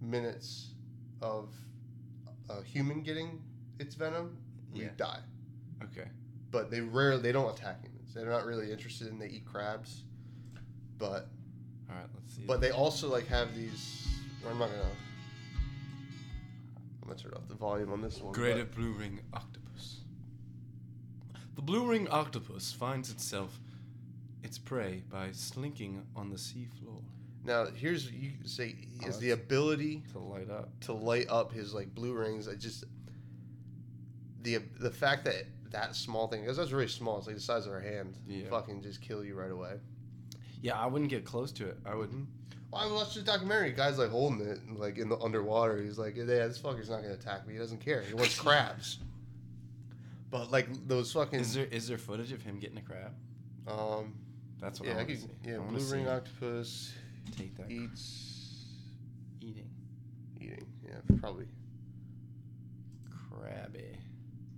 minutes of a human getting its venom, we
Yeah.
die.
Okay.
But they rarely they don't attack humans. They're not really interested in they eat crabs. But
All right. Let's see.
but they also like have these. I'm not gonna. I'm gonna turn off the volume on this one. but-
Greater Blue Ring Octopus. The Blue Ring Octopus finds itself its prey by slinking on the seafloor
Now here's you could say
Oh,
is the ability
to light up.
to light up his like blue rings. I just the the fact that that small thing because that's really small. It's like the size of our hand.
Yeah.
Fucking just kill you right away.
Yeah, I wouldn't get close to it. I would.
Well, I watched the documentary. Guys like holding it and, like in the underwater. He's like, yeah, this fucker's not gonna attack me. He doesn't care. He wants crabs. But like those fucking
Is there is there footage of him getting a crab?
um
That's what I
yeah I
want
could,
to see.
yeah
I wanna
blue
see
ring
him
octopus
Take that
eats
eating
eating yeah probably
crabby.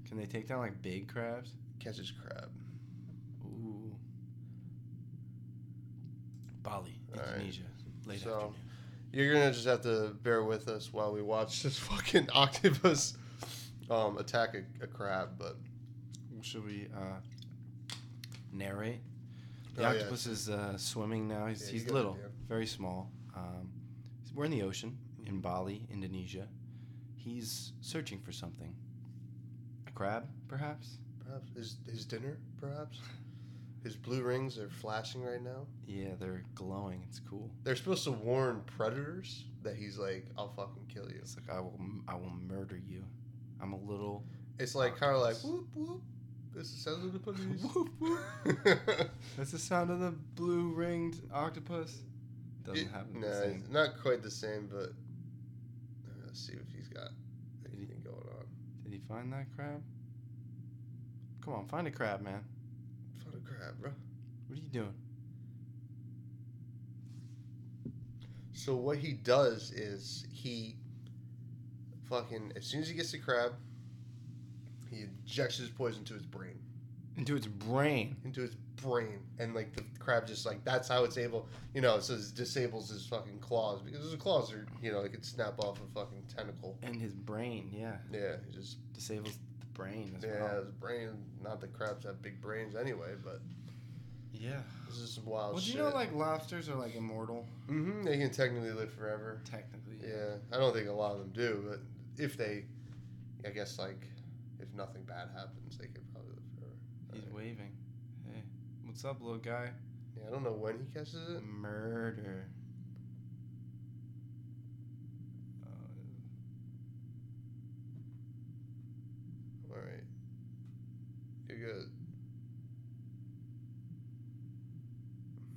Can they take down like big crabs?
catches crab.
Ooh. Bali,
All right.
Indonesia, late
So-
afternoon.
You're gonna just have to bear with us while we watch this fucking octopus um, attack a, a crab. But
Should we uh, narrate? The
Oh, yeah.
octopus is uh, swimming now. He's,
Yeah, you
he's
got it,
little,
Dan.
very small. Um, so we're in the ocean in Bali, Indonesia. He's searching for something. A crab, perhaps?
perhaps his his dinner, perhaps his blue rings are flashing right now.
Yeah, they're glowing. It's cool.
They're supposed to warn predators that he's like, "I'll fucking kill you."
It's like I will, I will murder you. I'm a little.
It's like kind of like
Octopus.
whoop whoop. This is sounds of the police.
Whoop, whoop. That's the sound of the blue ringed octopus. Doesn't
It-
happen.
No,
the same.
it's not quite the same, but uh, let's see if he's got anything going on.
Did he find that crab? Come on, find a crab, man.
Found a crab, bro.
What are you doing?
So what he does is he fucking as soon as he gets the crab, he injects his poison to his brain,
Into its brain.
into his brain, and like the crab just like that's how it's able, you know, it says disables his fucking claws because his claws are, you know, they could snap off a fucking tentacle.
And his brain, yeah.
Yeah, he just
Disables the brain as
yeah,
well.
his brain. Not that crabs have big brains anyway, but
Yeah.
this is some wild
Well, do
Oh, shit.
you know, like, lobsters are, like, immortal?
hmm they can technically live forever.
Technically.
Yeah, I don't think a lot of them do, but if they, I guess like, if nothing bad happens, they could probably live forever.
He's
Right.
waving. Hey, what's up, little guy?
Yeah, I don't know when he catches it.
Murder. Uh,
All right, you're good.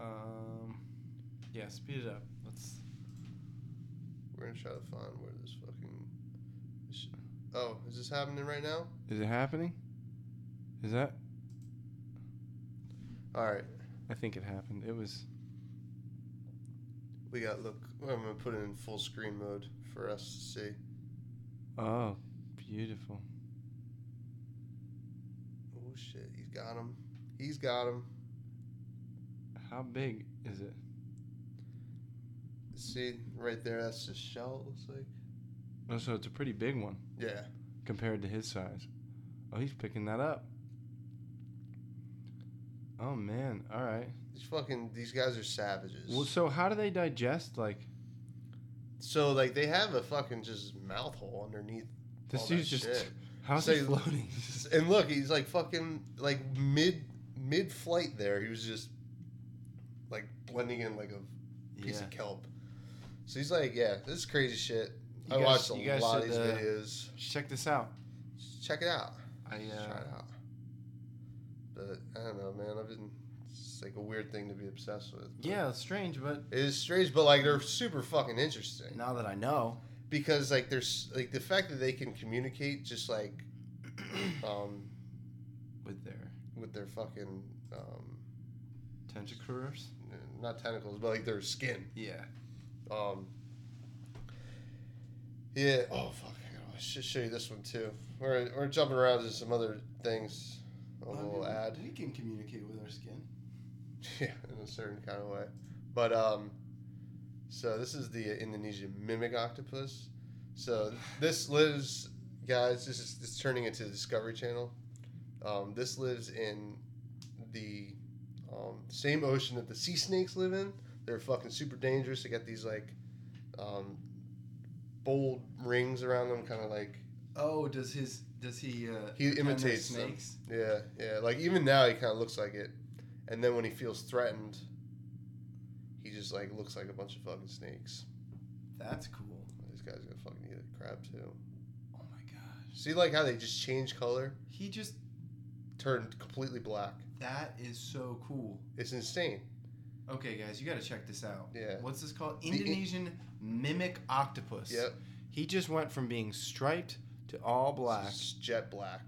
Um, yeah, speed it up. Let's.
We're gonna try to find where this fucking. this sh- Oh, is this happening right now?
Is it happening? Is that?
All right,
I think it happened. It was.
we got look. I'm gonna put it in full screen mode for us to see.
Oh, beautiful.
Oh shit, he's got him. He's got him.
How big is it?
See right there, that's the shell. It looks like.
Oh, so it's a pretty big one
Yeah.
compared to his size. Oh, he's picking that up. Oh man, all right.
These fucking these guys are savages.
Well, so how do they digest? Like
So like they have a fucking just mouth hole underneath.
this
all
dude's
that
just
shit.
how's he
Say-
floating?
And look, he's like fucking like mid mid flight there. He was just like blending in like a piece
yeah,
of kelp. So he's like, yeah, this is crazy shit.
You
I
guys-
watched a
you guys
lot of
should,
these
uh,
videos.
Check this out.
Check it out.
I
Just Try it
uh,
out. But I don't know, man. I've been it's like a weird thing to be obsessed with. but-
yeah, it's strange, but
It is strange, but like they're super fucking interesting
now that I know,
because like there's like the fact that they can communicate just like um
with their
with their fucking um
tentacles.
not tentacles but like their skin
Yeah.
um yeah oh fuck I gotta- I should show you this one too we're we're jumping around to some other things a little ad
We can communicate with our skin.
yeah in a certain kind of way but um so this is the indonesian mimic octopus so this lives guys this is it's turning into the discovery channel um, this lives in the um, same ocean that the sea snakes live in they're fucking super dangerous they got these like um, bold rings around them kind of like
Oh, does his does he? Uh,
He
pretend they're
imitates them. yeah yeah like even now he kind of looks like it and then when he feels threatened he just like looks like a bunch of fucking snakes
That's cool.
This guy's gonna fucking eat a crab too.
Oh my gosh.
See, like how they just change color,
He just
turned completely black.
that is so cool.
It's insane.
Okay, guys, you got to check this out.
Yeah.
What's this called?
in-
Indonesian mimic octopus.
Yep.
He just went from being striped to all black,
It's jet black.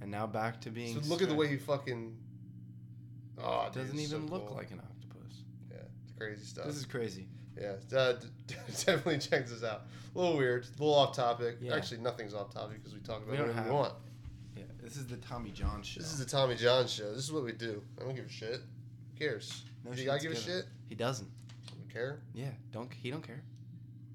and now back to
So
being.
look at the
striped.
way he fucking. Oh, dude,
Doesn't
it's so
even look
cool.
like an octopus.
Yeah, it's crazy stuff.
This is crazy.
Yeah, uh, d- definitely check this out. A little weird, a little off topic.
Yeah.
Actually, nothing's off topic because we talk about
We don't
whatever
have-
we want.
Yeah. This is the Tommy John show.
This is the Tommy John show. This is what we do. I don't give a shit. Who cares?
No
Do you gotta
shit's
give a
given.
shit?
He doesn't.
I don't care.
Yeah. Don't. He don't care.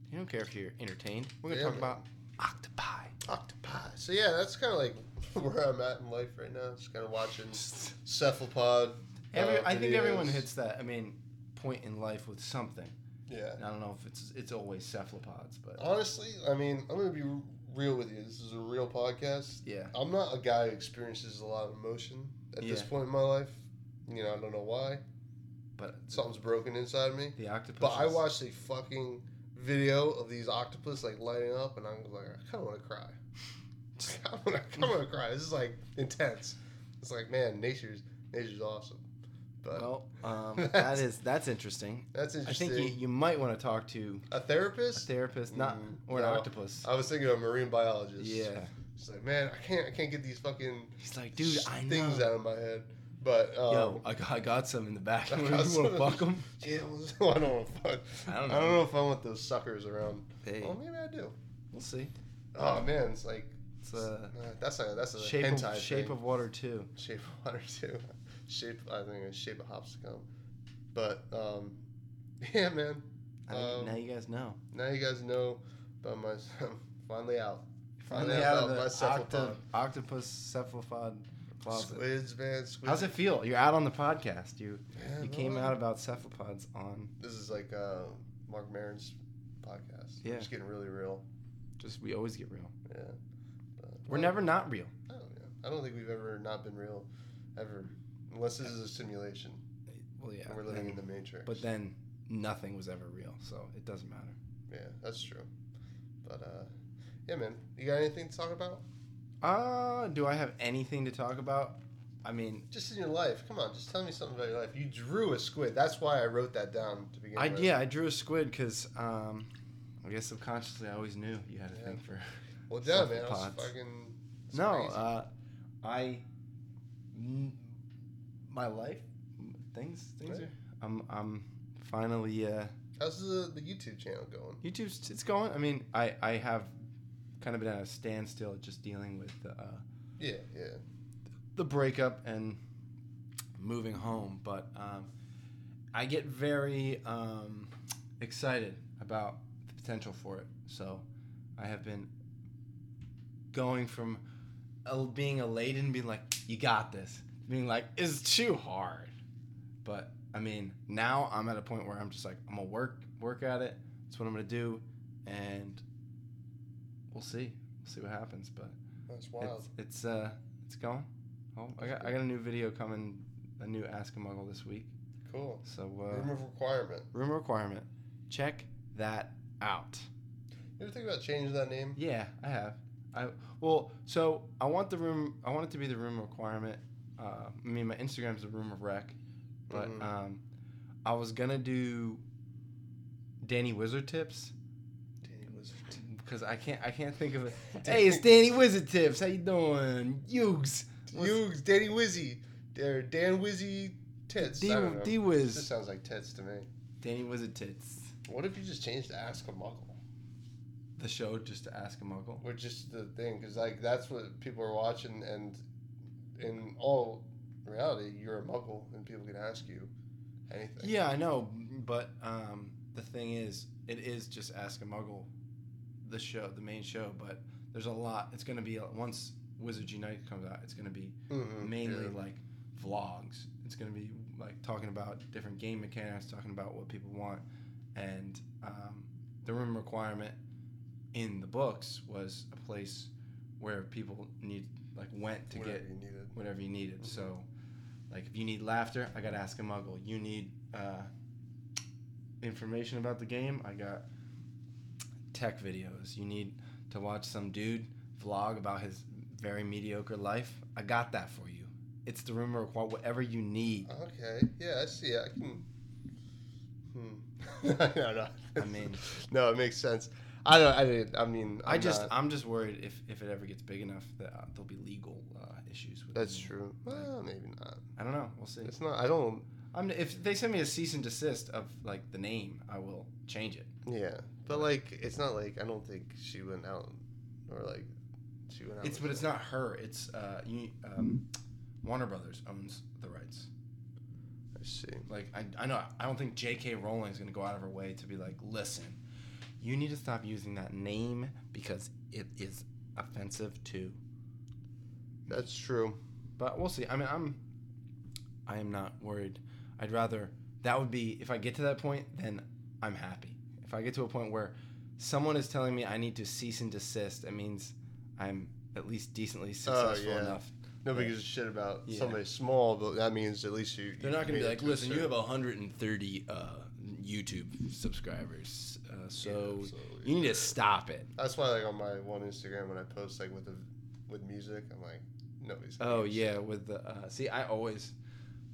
He don't care if you're entertained. We're gonna
Yeah,
talk
man.
about octopi.
Octopi. So yeah, that's kind of like where I'm at in life right now. Just kind of watching cephalopod.
Every,
uh,
I think everyone
videos.
hits that. I mean, point in life with something.
Yeah.
And I don't know if it's it's always cephalopods,
Oh.
but
Honestly, I mean, I'm gonna be r- real with you. This is a real podcast.
yeah.
I'm not a guy who experiences a lot of emotion at this
Yeah.
point in my life. You know, I don't know why.
But
Something's broken inside me.
the octopus.
But I watched a fucking video of these octopus like lighting up, and I was like, I kind of want to cry. I want to cry. This is like intense. It's like, man, nature's nature's awesome. But
Well, um, that
That's-
is that's interesting.
that's
I
interesting.
think you, you might want to talk to
a
a
therapist?
therapist, not
Mm,
or an
no.
octopus.
I was thinking of a marine biologist.
Yeah.
She's like, man, I can't, I can't get these fucking
He's like, dude,
sh-
I know.
things out of my head. But um,
Yo, I got, I got some in the back.
I
you
got
want
some.
to fuck them?
yeah, well, I don't want to fuck.
I don't know.
I don't know if I want those suckers around.
Hey,
Well, maybe I do.
we'll see.
Oh man, it's like
It's a
uh, that's a that's a
shape
hentai
of, shape
thing.
of water too.
shape of water too. Shape, I think it's shape of hopscotch. But um, yeah, man.
I think
Um,
now you guys know.
Now you guys know about my. I'm finally out. Finally,
Finally
out,
out of
of
the
my
octo-
cephalopod.
octopus cephalopod closet.
Squids, man. Squids.
How's it feel? You're out on the podcast. You
Yeah,
you
no,
came
I-
out about cephalopods on
This is like uh, Mark Maron's podcast.
Yeah.
It's getting really real.
just we always get real.
Yeah. But,
We're
well,
never not real.
I don't, know. I don't think we've ever not been real, ever. Unless this is a simulation.
Well, yeah.
and we're living
then-
in the Matrix.
but then nothing was ever real, so it doesn't matter.
yeah, that's true. But uh, yeah, man. You got anything to talk about?
Uh, do I have anything to talk about? I mean,
Just in your life. Come on, just tell me something about your life. You drew a squid. That's why I wrote that down to begin
I
with.
yeah, I drew a squid because um, I guess subconsciously I always knew you had a
Yeah.
thing for.
Well, yeah, man. I was
Cephalopods.
fucking. it's
no,
crazy.
uh, I m- my life things things
Right.
are. I'm I'm finally uh
How's the, the YouTube channel going?
YouTube's it's going. I mean, I I have kind of been at a standstill just dealing with uh,
Yeah, yeah.
the breakup and moving home, but um, I get very um, excited about the potential for it. So I have been going from el- being elated and being like, "You got this," being like, "It's too hard," but I mean, now I'm at a point where I'm just like, "I'm gonna work work at it. That's what I'm gonna do," and we'll see. We'll see what happens, but.
That's wild.
It's, it's uh, it's going. Oh, I got I got a new video coming, a new Ask a Muggle this week.
cool.
So
Room
uh,
of requirement.
room requirement, check that out.
You ever think about changing that name?
Yeah, I have. I well, so I want the room. I want it to be the room requirement. Uh, I mean, my Instagram's the room of rec, but
Mhm.
um, I was gonna do Danny Wizard tips
Danny Wizard.
because I can't. I can't think of it. hey, it's Danny Wizard tips. How you doing, Yugs?
You, Danny Wizzy. Or Dan Wizzy Tits.
D
I don't know.
D
This
Wiz.
sounds like tits to me.
Danny Wizard tits.
What if you just changed to Ask a Muggle?
The show just to ask a muggle.
Or just the thing, because like that's what people are watching, and in all reality, you're a Muggle, and people can ask you anything.
Yeah, I know, but um, the thing is, it is just Ask a Muggle, the show, the main show. But there's a lot. It's gonna be once Wizards Unite comes out, it's gonna be
Mhm,
mainly
yeah.
like vlogs. It's gonna be like talking about different game mechanics, talking about what people want, and um, the room requirement in the books was a place where people need like went to
Whatever
get
you needed.
whatever you needed. So, like, if you need laughter, I got Ask a Muggle. You need uh, information about the game, I got tech videos. You need to watch some dude vlog about his very mediocre life, I got that for you. It's the room require whatever you need.
Okay. Yeah, I see. I can. Hmm. no, no.
I mean-
no, it makes sense. I don't. I didn't. I mean,
i
I'm
just,
not-
I'm just worried if, if it ever gets big enough that uh, there'll be legal uh, issues with.
that's
it.
true. Well, maybe not.
I don't know. We'll see.
It's not. I don't.
I'm, if they send me a cease and desist of like the name, I will change it.
Yeah, but like, it's not like I don't think she went out or like she went out.
It's
with
but it's not her. It's uh, you, um, Warner Brothers owns the rights.
I see.
Like I, I know I don't think J.K. Rowling's gonna go out of her way to be like, listen, you need to stop using that name because it is offensive to.
That's true.
But we'll see. I mean, I'm, I am not worried. I'd rather that would be if I get to that point, then I'm happy. If I get to a point where someone is telling me I need to cease and desist, it means I'm at least decently successful
yeah.
enough
Nobody
Yeah.
gives a shit about
Yeah.
somebody small, but that means at least you.
They're
you
not going
made
to be
it
like,
to a
listen, you
certain-
have 130 uh, YouTube subscribers, uh, so
absolutely.
you need to stop it.
That's why, like on my one Instagram, when I post like with the with music, I'm like, nobody's. gonna
Oh
give a
yeah, with the uh, see, I always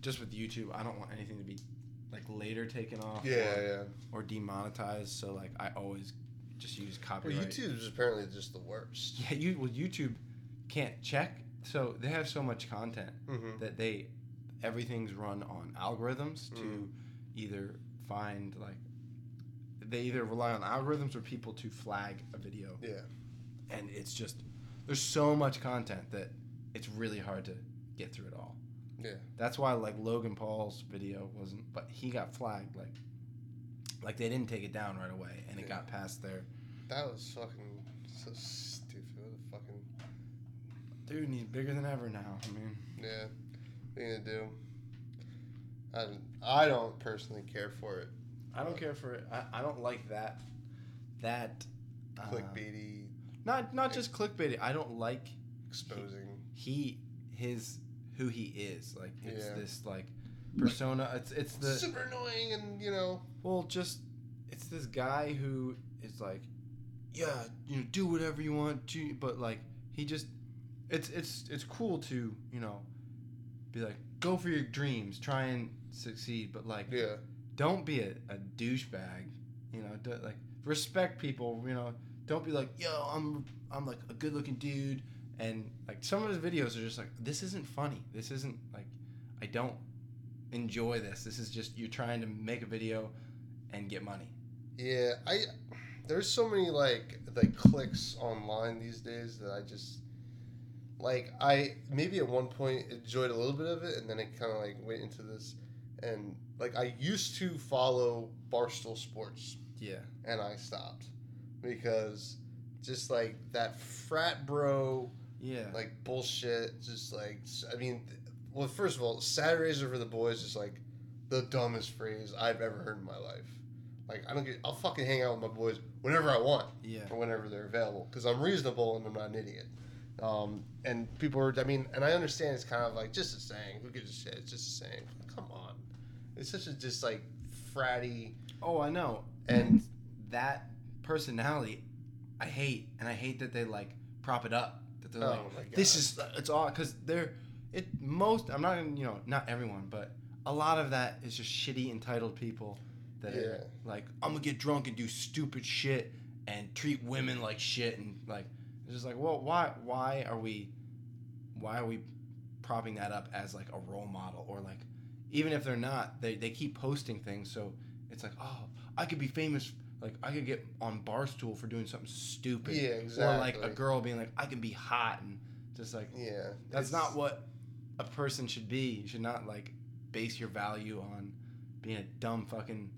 just with YouTube, I don't want anything to be like later taken off,
shit. Yeah,
or,
yeah.
or demonetized. So like, I always just use
Well,
copyright.
YouTube's apparently just the worst.
yeah, you well YouTube can't check, so they have so much content
Mm-hmm.
that they everything's run on algorithms to
Mm.
either find like they either rely on algorithms or people to flag a video
Yeah.
and it's just there's so much content that it's really hard to get through it all
Yeah.
that's why like logan paul's video wasn't but he got flagged like like they didn't take it down right away and it
Yeah.
got past their
That was fucking so stupid. What the fucking
dude he's bigger than ever now i mean
yeah. What are you gonna do? I don't, I don't personally care for it.
i don't care for it i, I don't like that that uh,
Clickbaity,
not not just clickbait i don't like
exposing.
he his who he is like it's
Yeah.
this like persona it's it's the
Super annoying and you know.
well just it's this guy who is like yeah you know do whatever you want to but like he just it's it's it's cool to you know be like go for your dreams try and succeed but like
Yeah.
don't be a, a douchebag you know do, like respect people you know don't be like yo i'm i'm like a good looking dude and like some of his videos are just like this isn't funny this isn't like i don't enjoy this this is just you're trying to make a video and get money
Yeah. I. There's so many like like clicks online these days that I just like I maybe at one point enjoyed a little bit of it and then it kind of like went into this and like I used to follow Barstool Sports
yeah
and I stopped because just like that frat bro
yeah
like bullshit just like s- I mean th- well first of all Saturdays are for the boys is like the dumbest phrase I've ever heard in my life like I don't get I'll fucking hang out with my boys whenever I want
yeah
or whenever they're available because I'm reasonable and I'm not an idiot um, and people are I mean and I understand it's kind of like just a saying who gives a shit it's just a saying come on it's such a just like fratty
oh i know
and
that personality I hate, and I hate that they like prop it up. That they're
Oh my
like, this
God.
is it's all because they're it most. I'm not gonna, you know not everyone, but a lot of that is just shitty entitled people that are
Yeah.
like, I'm gonna get drunk and do stupid shit and treat women like shit and like it's just like, well, why why are we why are we propping that up as like a role model or like even if they're not they, they keep posting things so it's like oh i could be famous like i could get on barstool for doing something stupid
Yeah,
or like a
exactly.
girl being like i can be hot and just like
Yeah.
that's
it's-
not what a person should be you should not like base your value on being a dumb fucking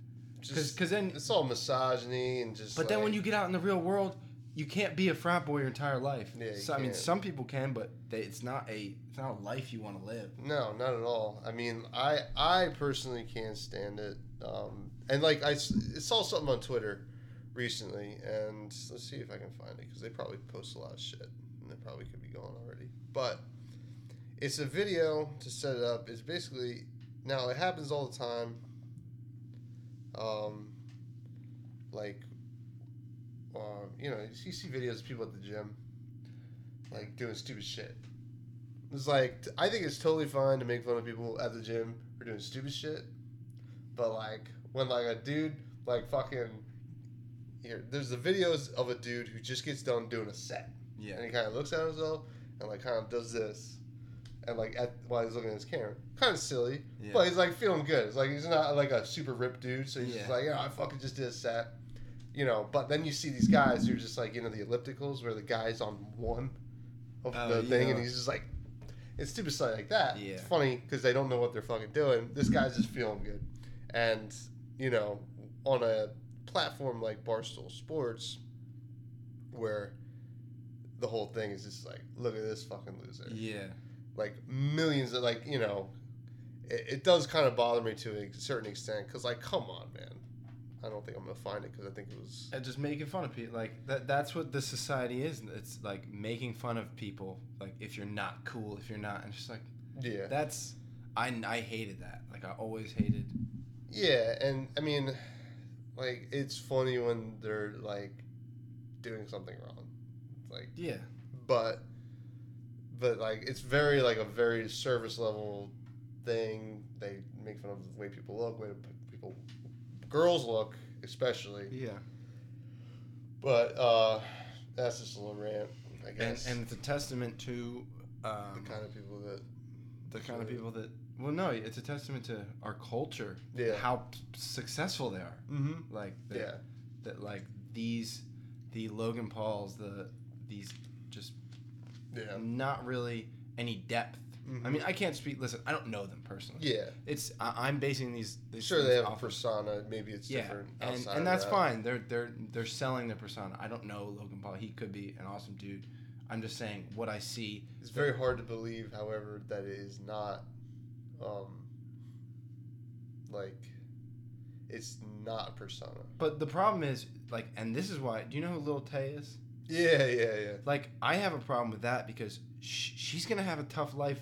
because
just-
because then
It's all misogyny and just.
but then when
like-
you get out in the real world, you can't be a frat boy your entire life.
Yeah, you
so, I mean,
can't.
some people can, but they, it's not a it's not a life you want to live.
No, not at all. I mean, I I personally can't stand it. Um, and like I s- saw something on Twitter recently, and let's see if I can find it because they probably post a lot of shit, and it probably could be gone already. But it's a video to set it up. It's basically now it happens all the time. Um, like, um, you know, you see videos of people at the gym, like doing stupid shit. It's like t- I think it's totally fine to make fun of people at the gym for doing stupid shit, but like when like a dude like fucking here, there's the videos of a dude who just gets done doing a set and
Yeah,
he kind of looks at himself and like kind of does this, and like at, while he's looking at his camera, kind of silly,
yeah.
but he's like feeling good. It's like he's not like a super ripped dude, so he's just
Yeah.
like, yeah, I fucking just did a set, you know. But then you see these guys who are just like you know the ellipticals where the guy's on one of
Oh,
the thing, and
yeah.
he's just like, it's stupid stuff like that.
Yeah.
It's funny because they don't know what they're fucking doing. This guy's just feeling good, and you know, on a platform like Barstool Sports, where the whole thing is just like, look at this fucking loser
yeah,
like millions of like you know it, it does kind of bother me to a certain extent because like come on man i don't think i'm gonna find it because i think it was
and just making fun of people like that. That's what the society is. It's like making fun of people. Like if you're not cool, if you're not, and it's just like
yeah
that's I I hated that. Like I always hated.
yeah and i mean like it's funny when they're like doing something wrong like
Yeah,
but but like it's very like a very service level thing they make fun of the way people look way people girls look especially
yeah.
But uh, that's just a little rant, I
And
guess.
and it's a testament to um,
the kind of people that
the kind of people that well no it's a testament to our culture
Yeah.
how p- successful they are
mm-hmm.
like that,
yeah
that like these the logan pauls the these just
yeah
not really any depth i
Mhm.
mean i can't speak listen i don't know them personally
yeah.
it's I, i'm basing these, these
Sure,
things
they have a
off of-
persona. Maybe it's
yeah
different
and,
outside.
and
of
that's
that.
fine they're they're they're selling their persona i don't know logan paul he could be an awesome dude i'm just saying what i see
It's very hard to believe, however, that it is not, um, like, it's not a persona.
but the problem is like and this is why do you know who lil tay is
Yeah, yeah, yeah.
like I have a problem with that because sh- she's gonna have a tough life.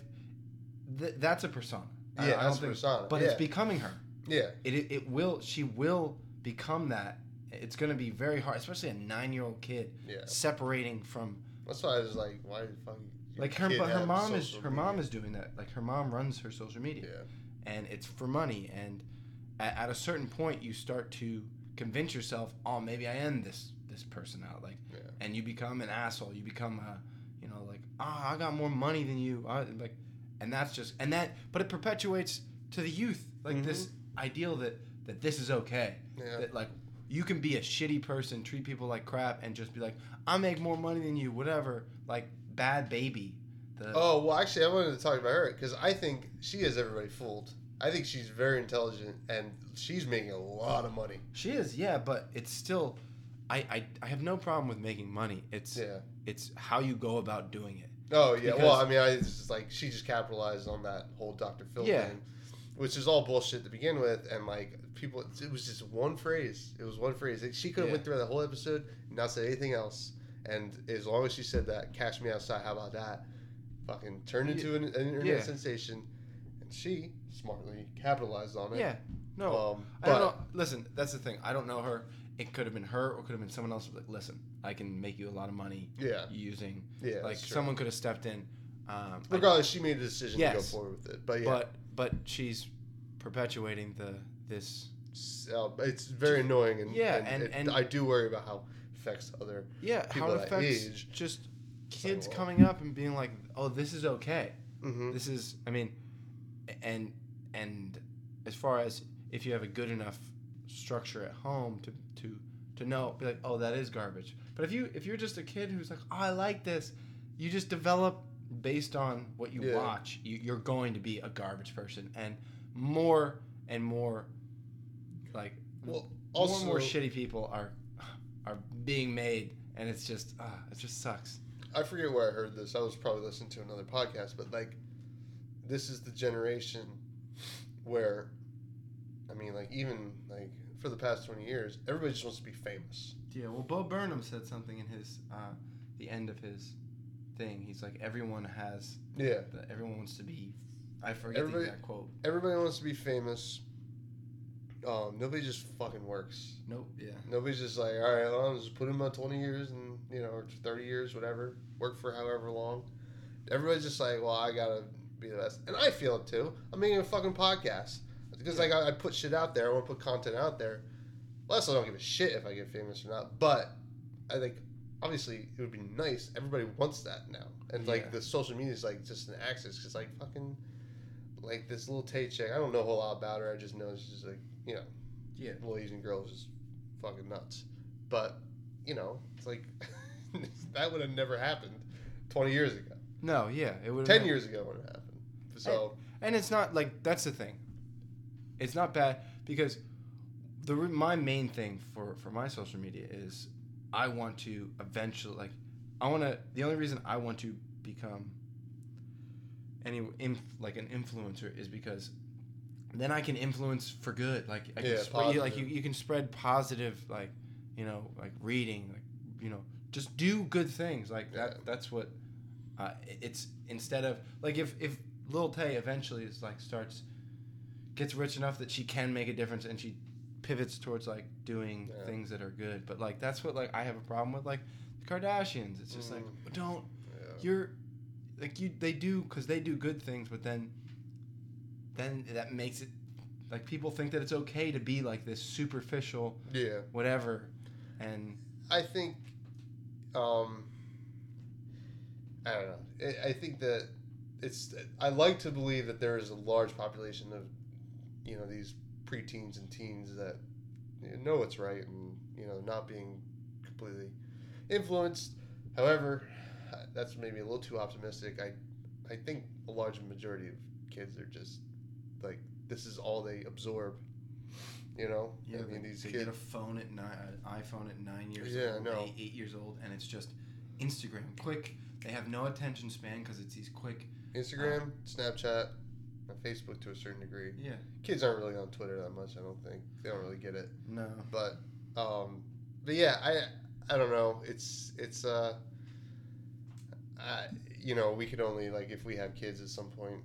Th- that's a persona.
Yeah,
I- I,
that's
don't think,
persona.
but
yeah.
it's becoming her.
yeah,
It, it it will. She will become that. It's gonna be very hard, especially a nine year old kid
yeah.
separating from
That's why I was like, why the fuck? your
like her.
kid
But her
have
mom is her
social
mom
media?
is doing that. Like her mom runs her social media
Yeah,
and it's for money. And at, at a certain point, you start to convince yourself, oh, maybe I am this this person out. Like,
Yeah.
and you become an asshole. You become a, you know, like, ah, I got more money than you. I, like, and that's just and that. But it perpetuates to the youth like this ideal that that this is okay.
Mm-hmm. Yeah.
That like you can be a shitty person, treat people like crap, and just be like, I make more money than you, whatever. Like bad baby. The,
Oh well, actually, I wanted to talk about her because I think she has everybody fooled. I think she's very intelligent and she's making a lot of money.
She is, yeah, but it's still I, I I have no problem with making money. It's
Yeah.
it's how you go about doing it.
Oh yeah. well,
Because-
I mean, I it's just like she just capitalized on that whole Dr. Phil
Yeah.
thing, which is all bullshit to begin with. And like people, it was just one phrase. It was one phrase. Like, She could have
Yeah.
went through the whole episode and not said anything else. And as long as she said that, "Cash me outside," how about that? Fucking turned into an, an internet
Yeah.
sensation, and she smartly capitalized on it.
Yeah. No.
Um,
I
but-
don't know. Listen, that's the thing. I don't know her. it could have been her or could have been someone else. Like, listen, I can make you a lot of money
Yeah.
using
Yeah.
like
that's true.
someone could have stepped in. Um, I-
Regardless, she made a decision to go
Yes.
forward with it. But yeah,
but but she's perpetuating the this
it's, uh, it's very annoying, and
Yeah,
and,
and-
it-
and-
I do worry about how it affects other.
yeah
People
how it
that
affects
age.
just
It's like,
kids
well-
coming up and being like oh this is okay
hmm
this is i mean and and as far as if you have a good enough structure at home to to to know be like oh that is garbage but if you if you're just a kid who's like oh i like this you just develop based on what you
Yeah.
watch you, you're going to be a garbage person and more and more like
Well,
also,
also
more and more shitty people are are being made and it's just uh, it just sucks
I forget where I heard this. I was probably listening to another podcast, but like, this is the generation where, I mean, like even like for the past twenty years, everybody just wants to be famous.
Yeah, well, Bo Burnham said something in his uh, the end of his thing. He's like, everyone has,
Yeah,
the, everyone wants to be. I forget
Everybody-
the exact quote.
everybody wants to be famous. Um, nobody just fucking works.
Nope. Yeah.
Nobody's just like, all right, well, I'll just put in my twenty years and you know, or thirty years, whatever, work for however long. Everybody's just like, well, I gotta be the best, and I feel it too. I'm making a fucking podcast because like I, I put shit out there. I want to put content out there. Less, I don't give a shit if I get famous or not, but I think obviously it would be nice. Everybody wants that now, and like
Yeah.
the social media is like just an access because like fucking like this little Tay chick. I don't know a whole lot about her. I just know she's just like you know
Yeah.
little Asian girl is just fucking nuts. But you know, it's like that would have never happened twenty years ago,
No. Yeah. It would.
ten years ago would have happened. So
And it's not like that's the thing. It's not bad because the re- my main thing for for my social media is I want to eventually like I want to the only reason I want to become any inf, like an influencer is because then I can influence for good like I can
Yeah,
spread, you, like you,
positive.
you can spread positive like you know like reading like you know just do good things like
Yeah.
that that's what uh, it's instead of like if if Lil Tay eventually is like starts gets rich enough that she can make a difference and she pivots towards like doing
Yeah.
things that are good. But like that's what like I have a problem with like the Kardashians. It's just like
Mm.
don't
yeah.
you're like you they do because they do good things, but then then that makes it like people think that it's okay to be like this superficial
yeah,
whatever and
I think, um, I don't know. I, I think that it's. I like to believe that there is a large population of, you know, these preteens and teens that you know what's right and you know not being completely influenced. However, that's maybe a little too optimistic. I I think a large majority of kids are just like this is all they absorb. You know, I mean these
they
kids.
get a phone at nine, an iPhone at nine years
Yeah,
old,
no.
eight, eight years old, and it's just Instagram. Quick, they have no attention span because it's these quick.
Instagram, Snapchat, and Facebook to a certain degree.
Yeah,
Kids aren't really on Twitter that much. I don't think they don't really get it.
no,
But, um, but yeah, I I don't know. It's it's uh, I, you know, we could only like if we have kids at some point,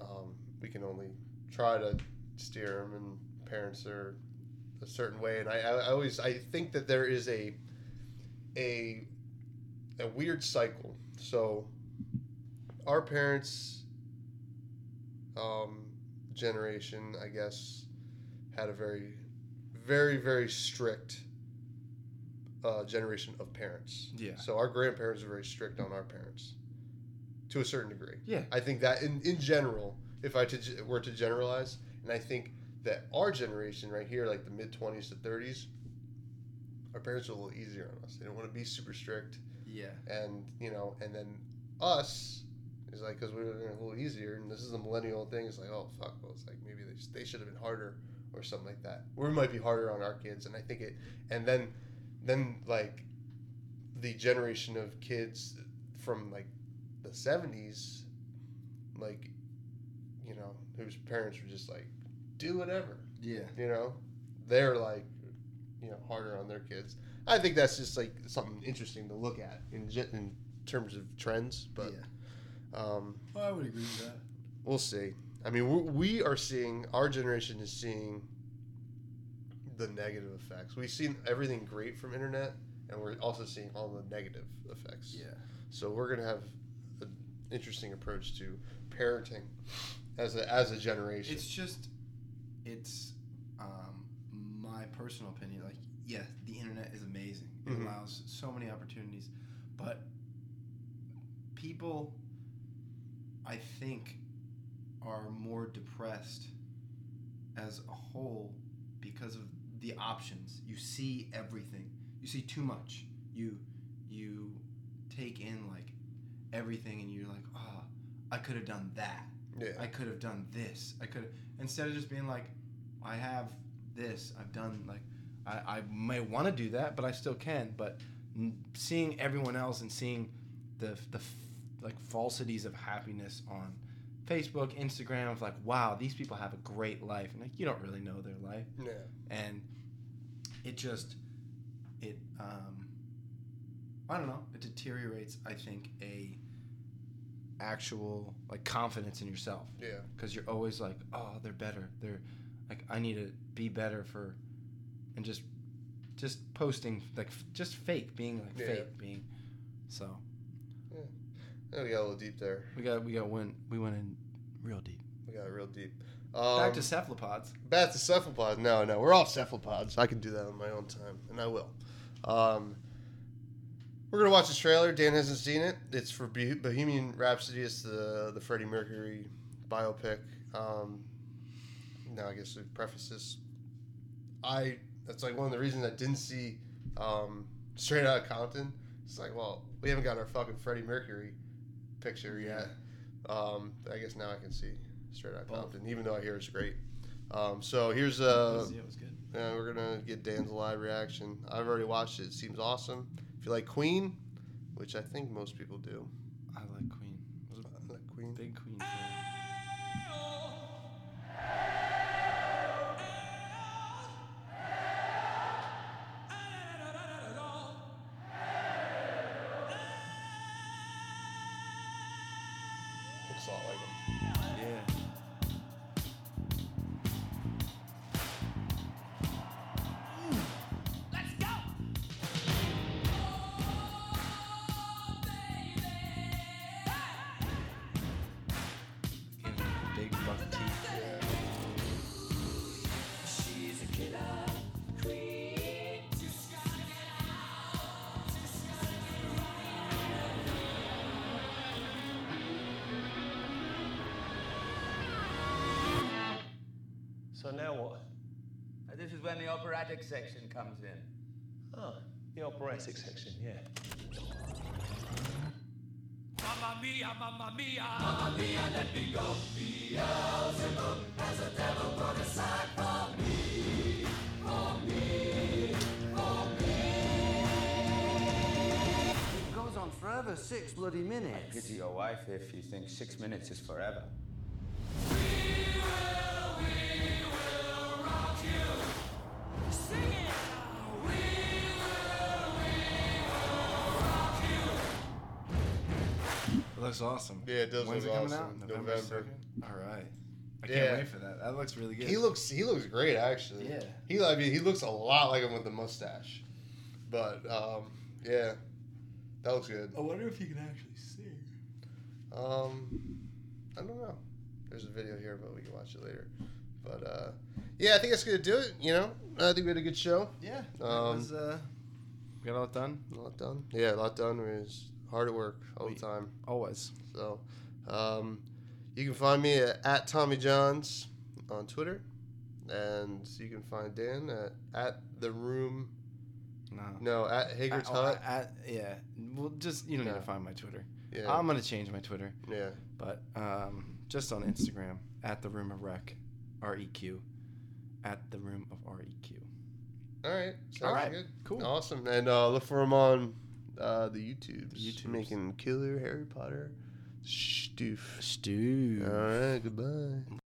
um, we can only try to steer them, and parents are a certain way. And I, I I always I think that there is a a a weird cycle. So our parents um, generation, I guess, had a very, very, very strict uh, generation of parents.
yeah,
So our grandparents are very strict on our parents, to a certain degree.
yeah,
I think that in, in general, if I to, ge- were to generalize, and I think that our generation right here, like the mid 20s to 30s, our parents are a little easier on us. They don't want to be super strict
yeah,
and you know, and then us is like because we were a little easier, and this is the millennial thing. It's like, oh fuck, well, it's like maybe they sh- they should have been harder or something like that. We might be harder on our kids, and I think it, and then then like the generation of kids from like the seventies, like you know, whose parents were just like, do whatever,
yeah.
you know, they're like, you know, harder on their kids. I think that's just like something interesting to look at in gen- in terms of trends, but
yeah.
um,
Well, I would agree with that.
we'll see. I mean, we, we are seeing our generation is seeing the negative effects. We've seen everything great from internet, and we're also seeing all the negative effects. So we're gonna have an interesting approach to parenting as a as a generation.
It's just, it's um, my personal opinion. Like, yeah, the internet is amazing. It
Mhm.
allows so many opportunities, but people, I think, are more depressed as a whole because of the options. You see everything. You see too much. You you take in like everything, and you're like, ah, I could have done that.
yeah.
I could have done this. I could instead of just being like, I have this. I've done like, I, I may want to do that, but I still can. But n- seeing everyone else and seeing the the f- like falsities of happiness on Facebook, Instagram, of like, wow, these people have a great life, and like you don't really know their life
yeah.
and it just it um i don't know it deteriorates i think a actual like confidence in yourself
Yeah.
because you're always like oh they're better they're like i need to be better for and just just posting like f- just fake being like
Yeah.
fake being so
Yeah. We got a little deep there.
we got we got went we went in real deep
We got real deep. Um,
back to cephalopods
Back to cephalopods. No, no, we're all cephalopods. I can do that on my own time, and I will. Um, we're gonna watch this trailer. Dan hasn't seen it. It's for Bo- Bohemian Rhapsody. It's the the Freddie Mercury biopic. Um, now I guess to preface this, I that's like one of the reasons I didn't see um, Straight Outta Compton. It's like, well, we haven't got our fucking Freddie Mercury picture yet. Um, I guess now I can see Straight Outta
Both.
Compton, even though I hear it's great. Um, so here's uh,
yeah, it was good
uh, we're gonna get Dan's live reaction. I've already watched it. It seems awesome. If you like Queen, which I think most people do,
i like queen I was
I like
a
Queen.
big queen fan.
Looks a lot like them.
Yeah. Give him a big buck teeth.
So now what?
Now, Uh, This is when the operatic section comes in.
Ah, the operatic section, yeah.
Mamma mia, mamma mia. Mamma mia, let me go.
It goes on forever, six bloody minutes.
Pity your wife if you think six minutes is forever.
It looks awesome.
Yeah, it does
When's
look
it coming
awesome.
out?
November.
2nd? All right. I
Yeah.
can't wait for that. That looks really good.
He looks he looks great actually.
Yeah.
He I mean he looks a lot like him with the mustache, but um, yeah, that looks good.
I wonder if he can actually sing.
Um, I don't know. There's a video here, but we can watch it later. But uh, yeah, I think that's gonna do it. You know, I think we had a good show.
Yeah. that
Um,
was, uh, we got all done?
A lot done. Yeah, a lot done. We was hard at work all the
We-
time.
Always.
So, um, you can find me at, at Tommy Johns on Twitter, and you can find Dan at, at the room.
No.
No, at Hager's
At- oh,
Hut.
at- yeah. Well, just, you don't
No.
need to find my Twitter.
Yeah,
I'm going to change my Twitter.
yeah.
but um, just on Instagram at the room of rec, R E Q, at the room of R E Q.
All right. Sounds
right,
good.
cool.
Awesome. And uh, look for him on uh, the YouTubes.
YouTubes.
Making killer Harry Potter stoof.
Stew.
All right. Goodbye.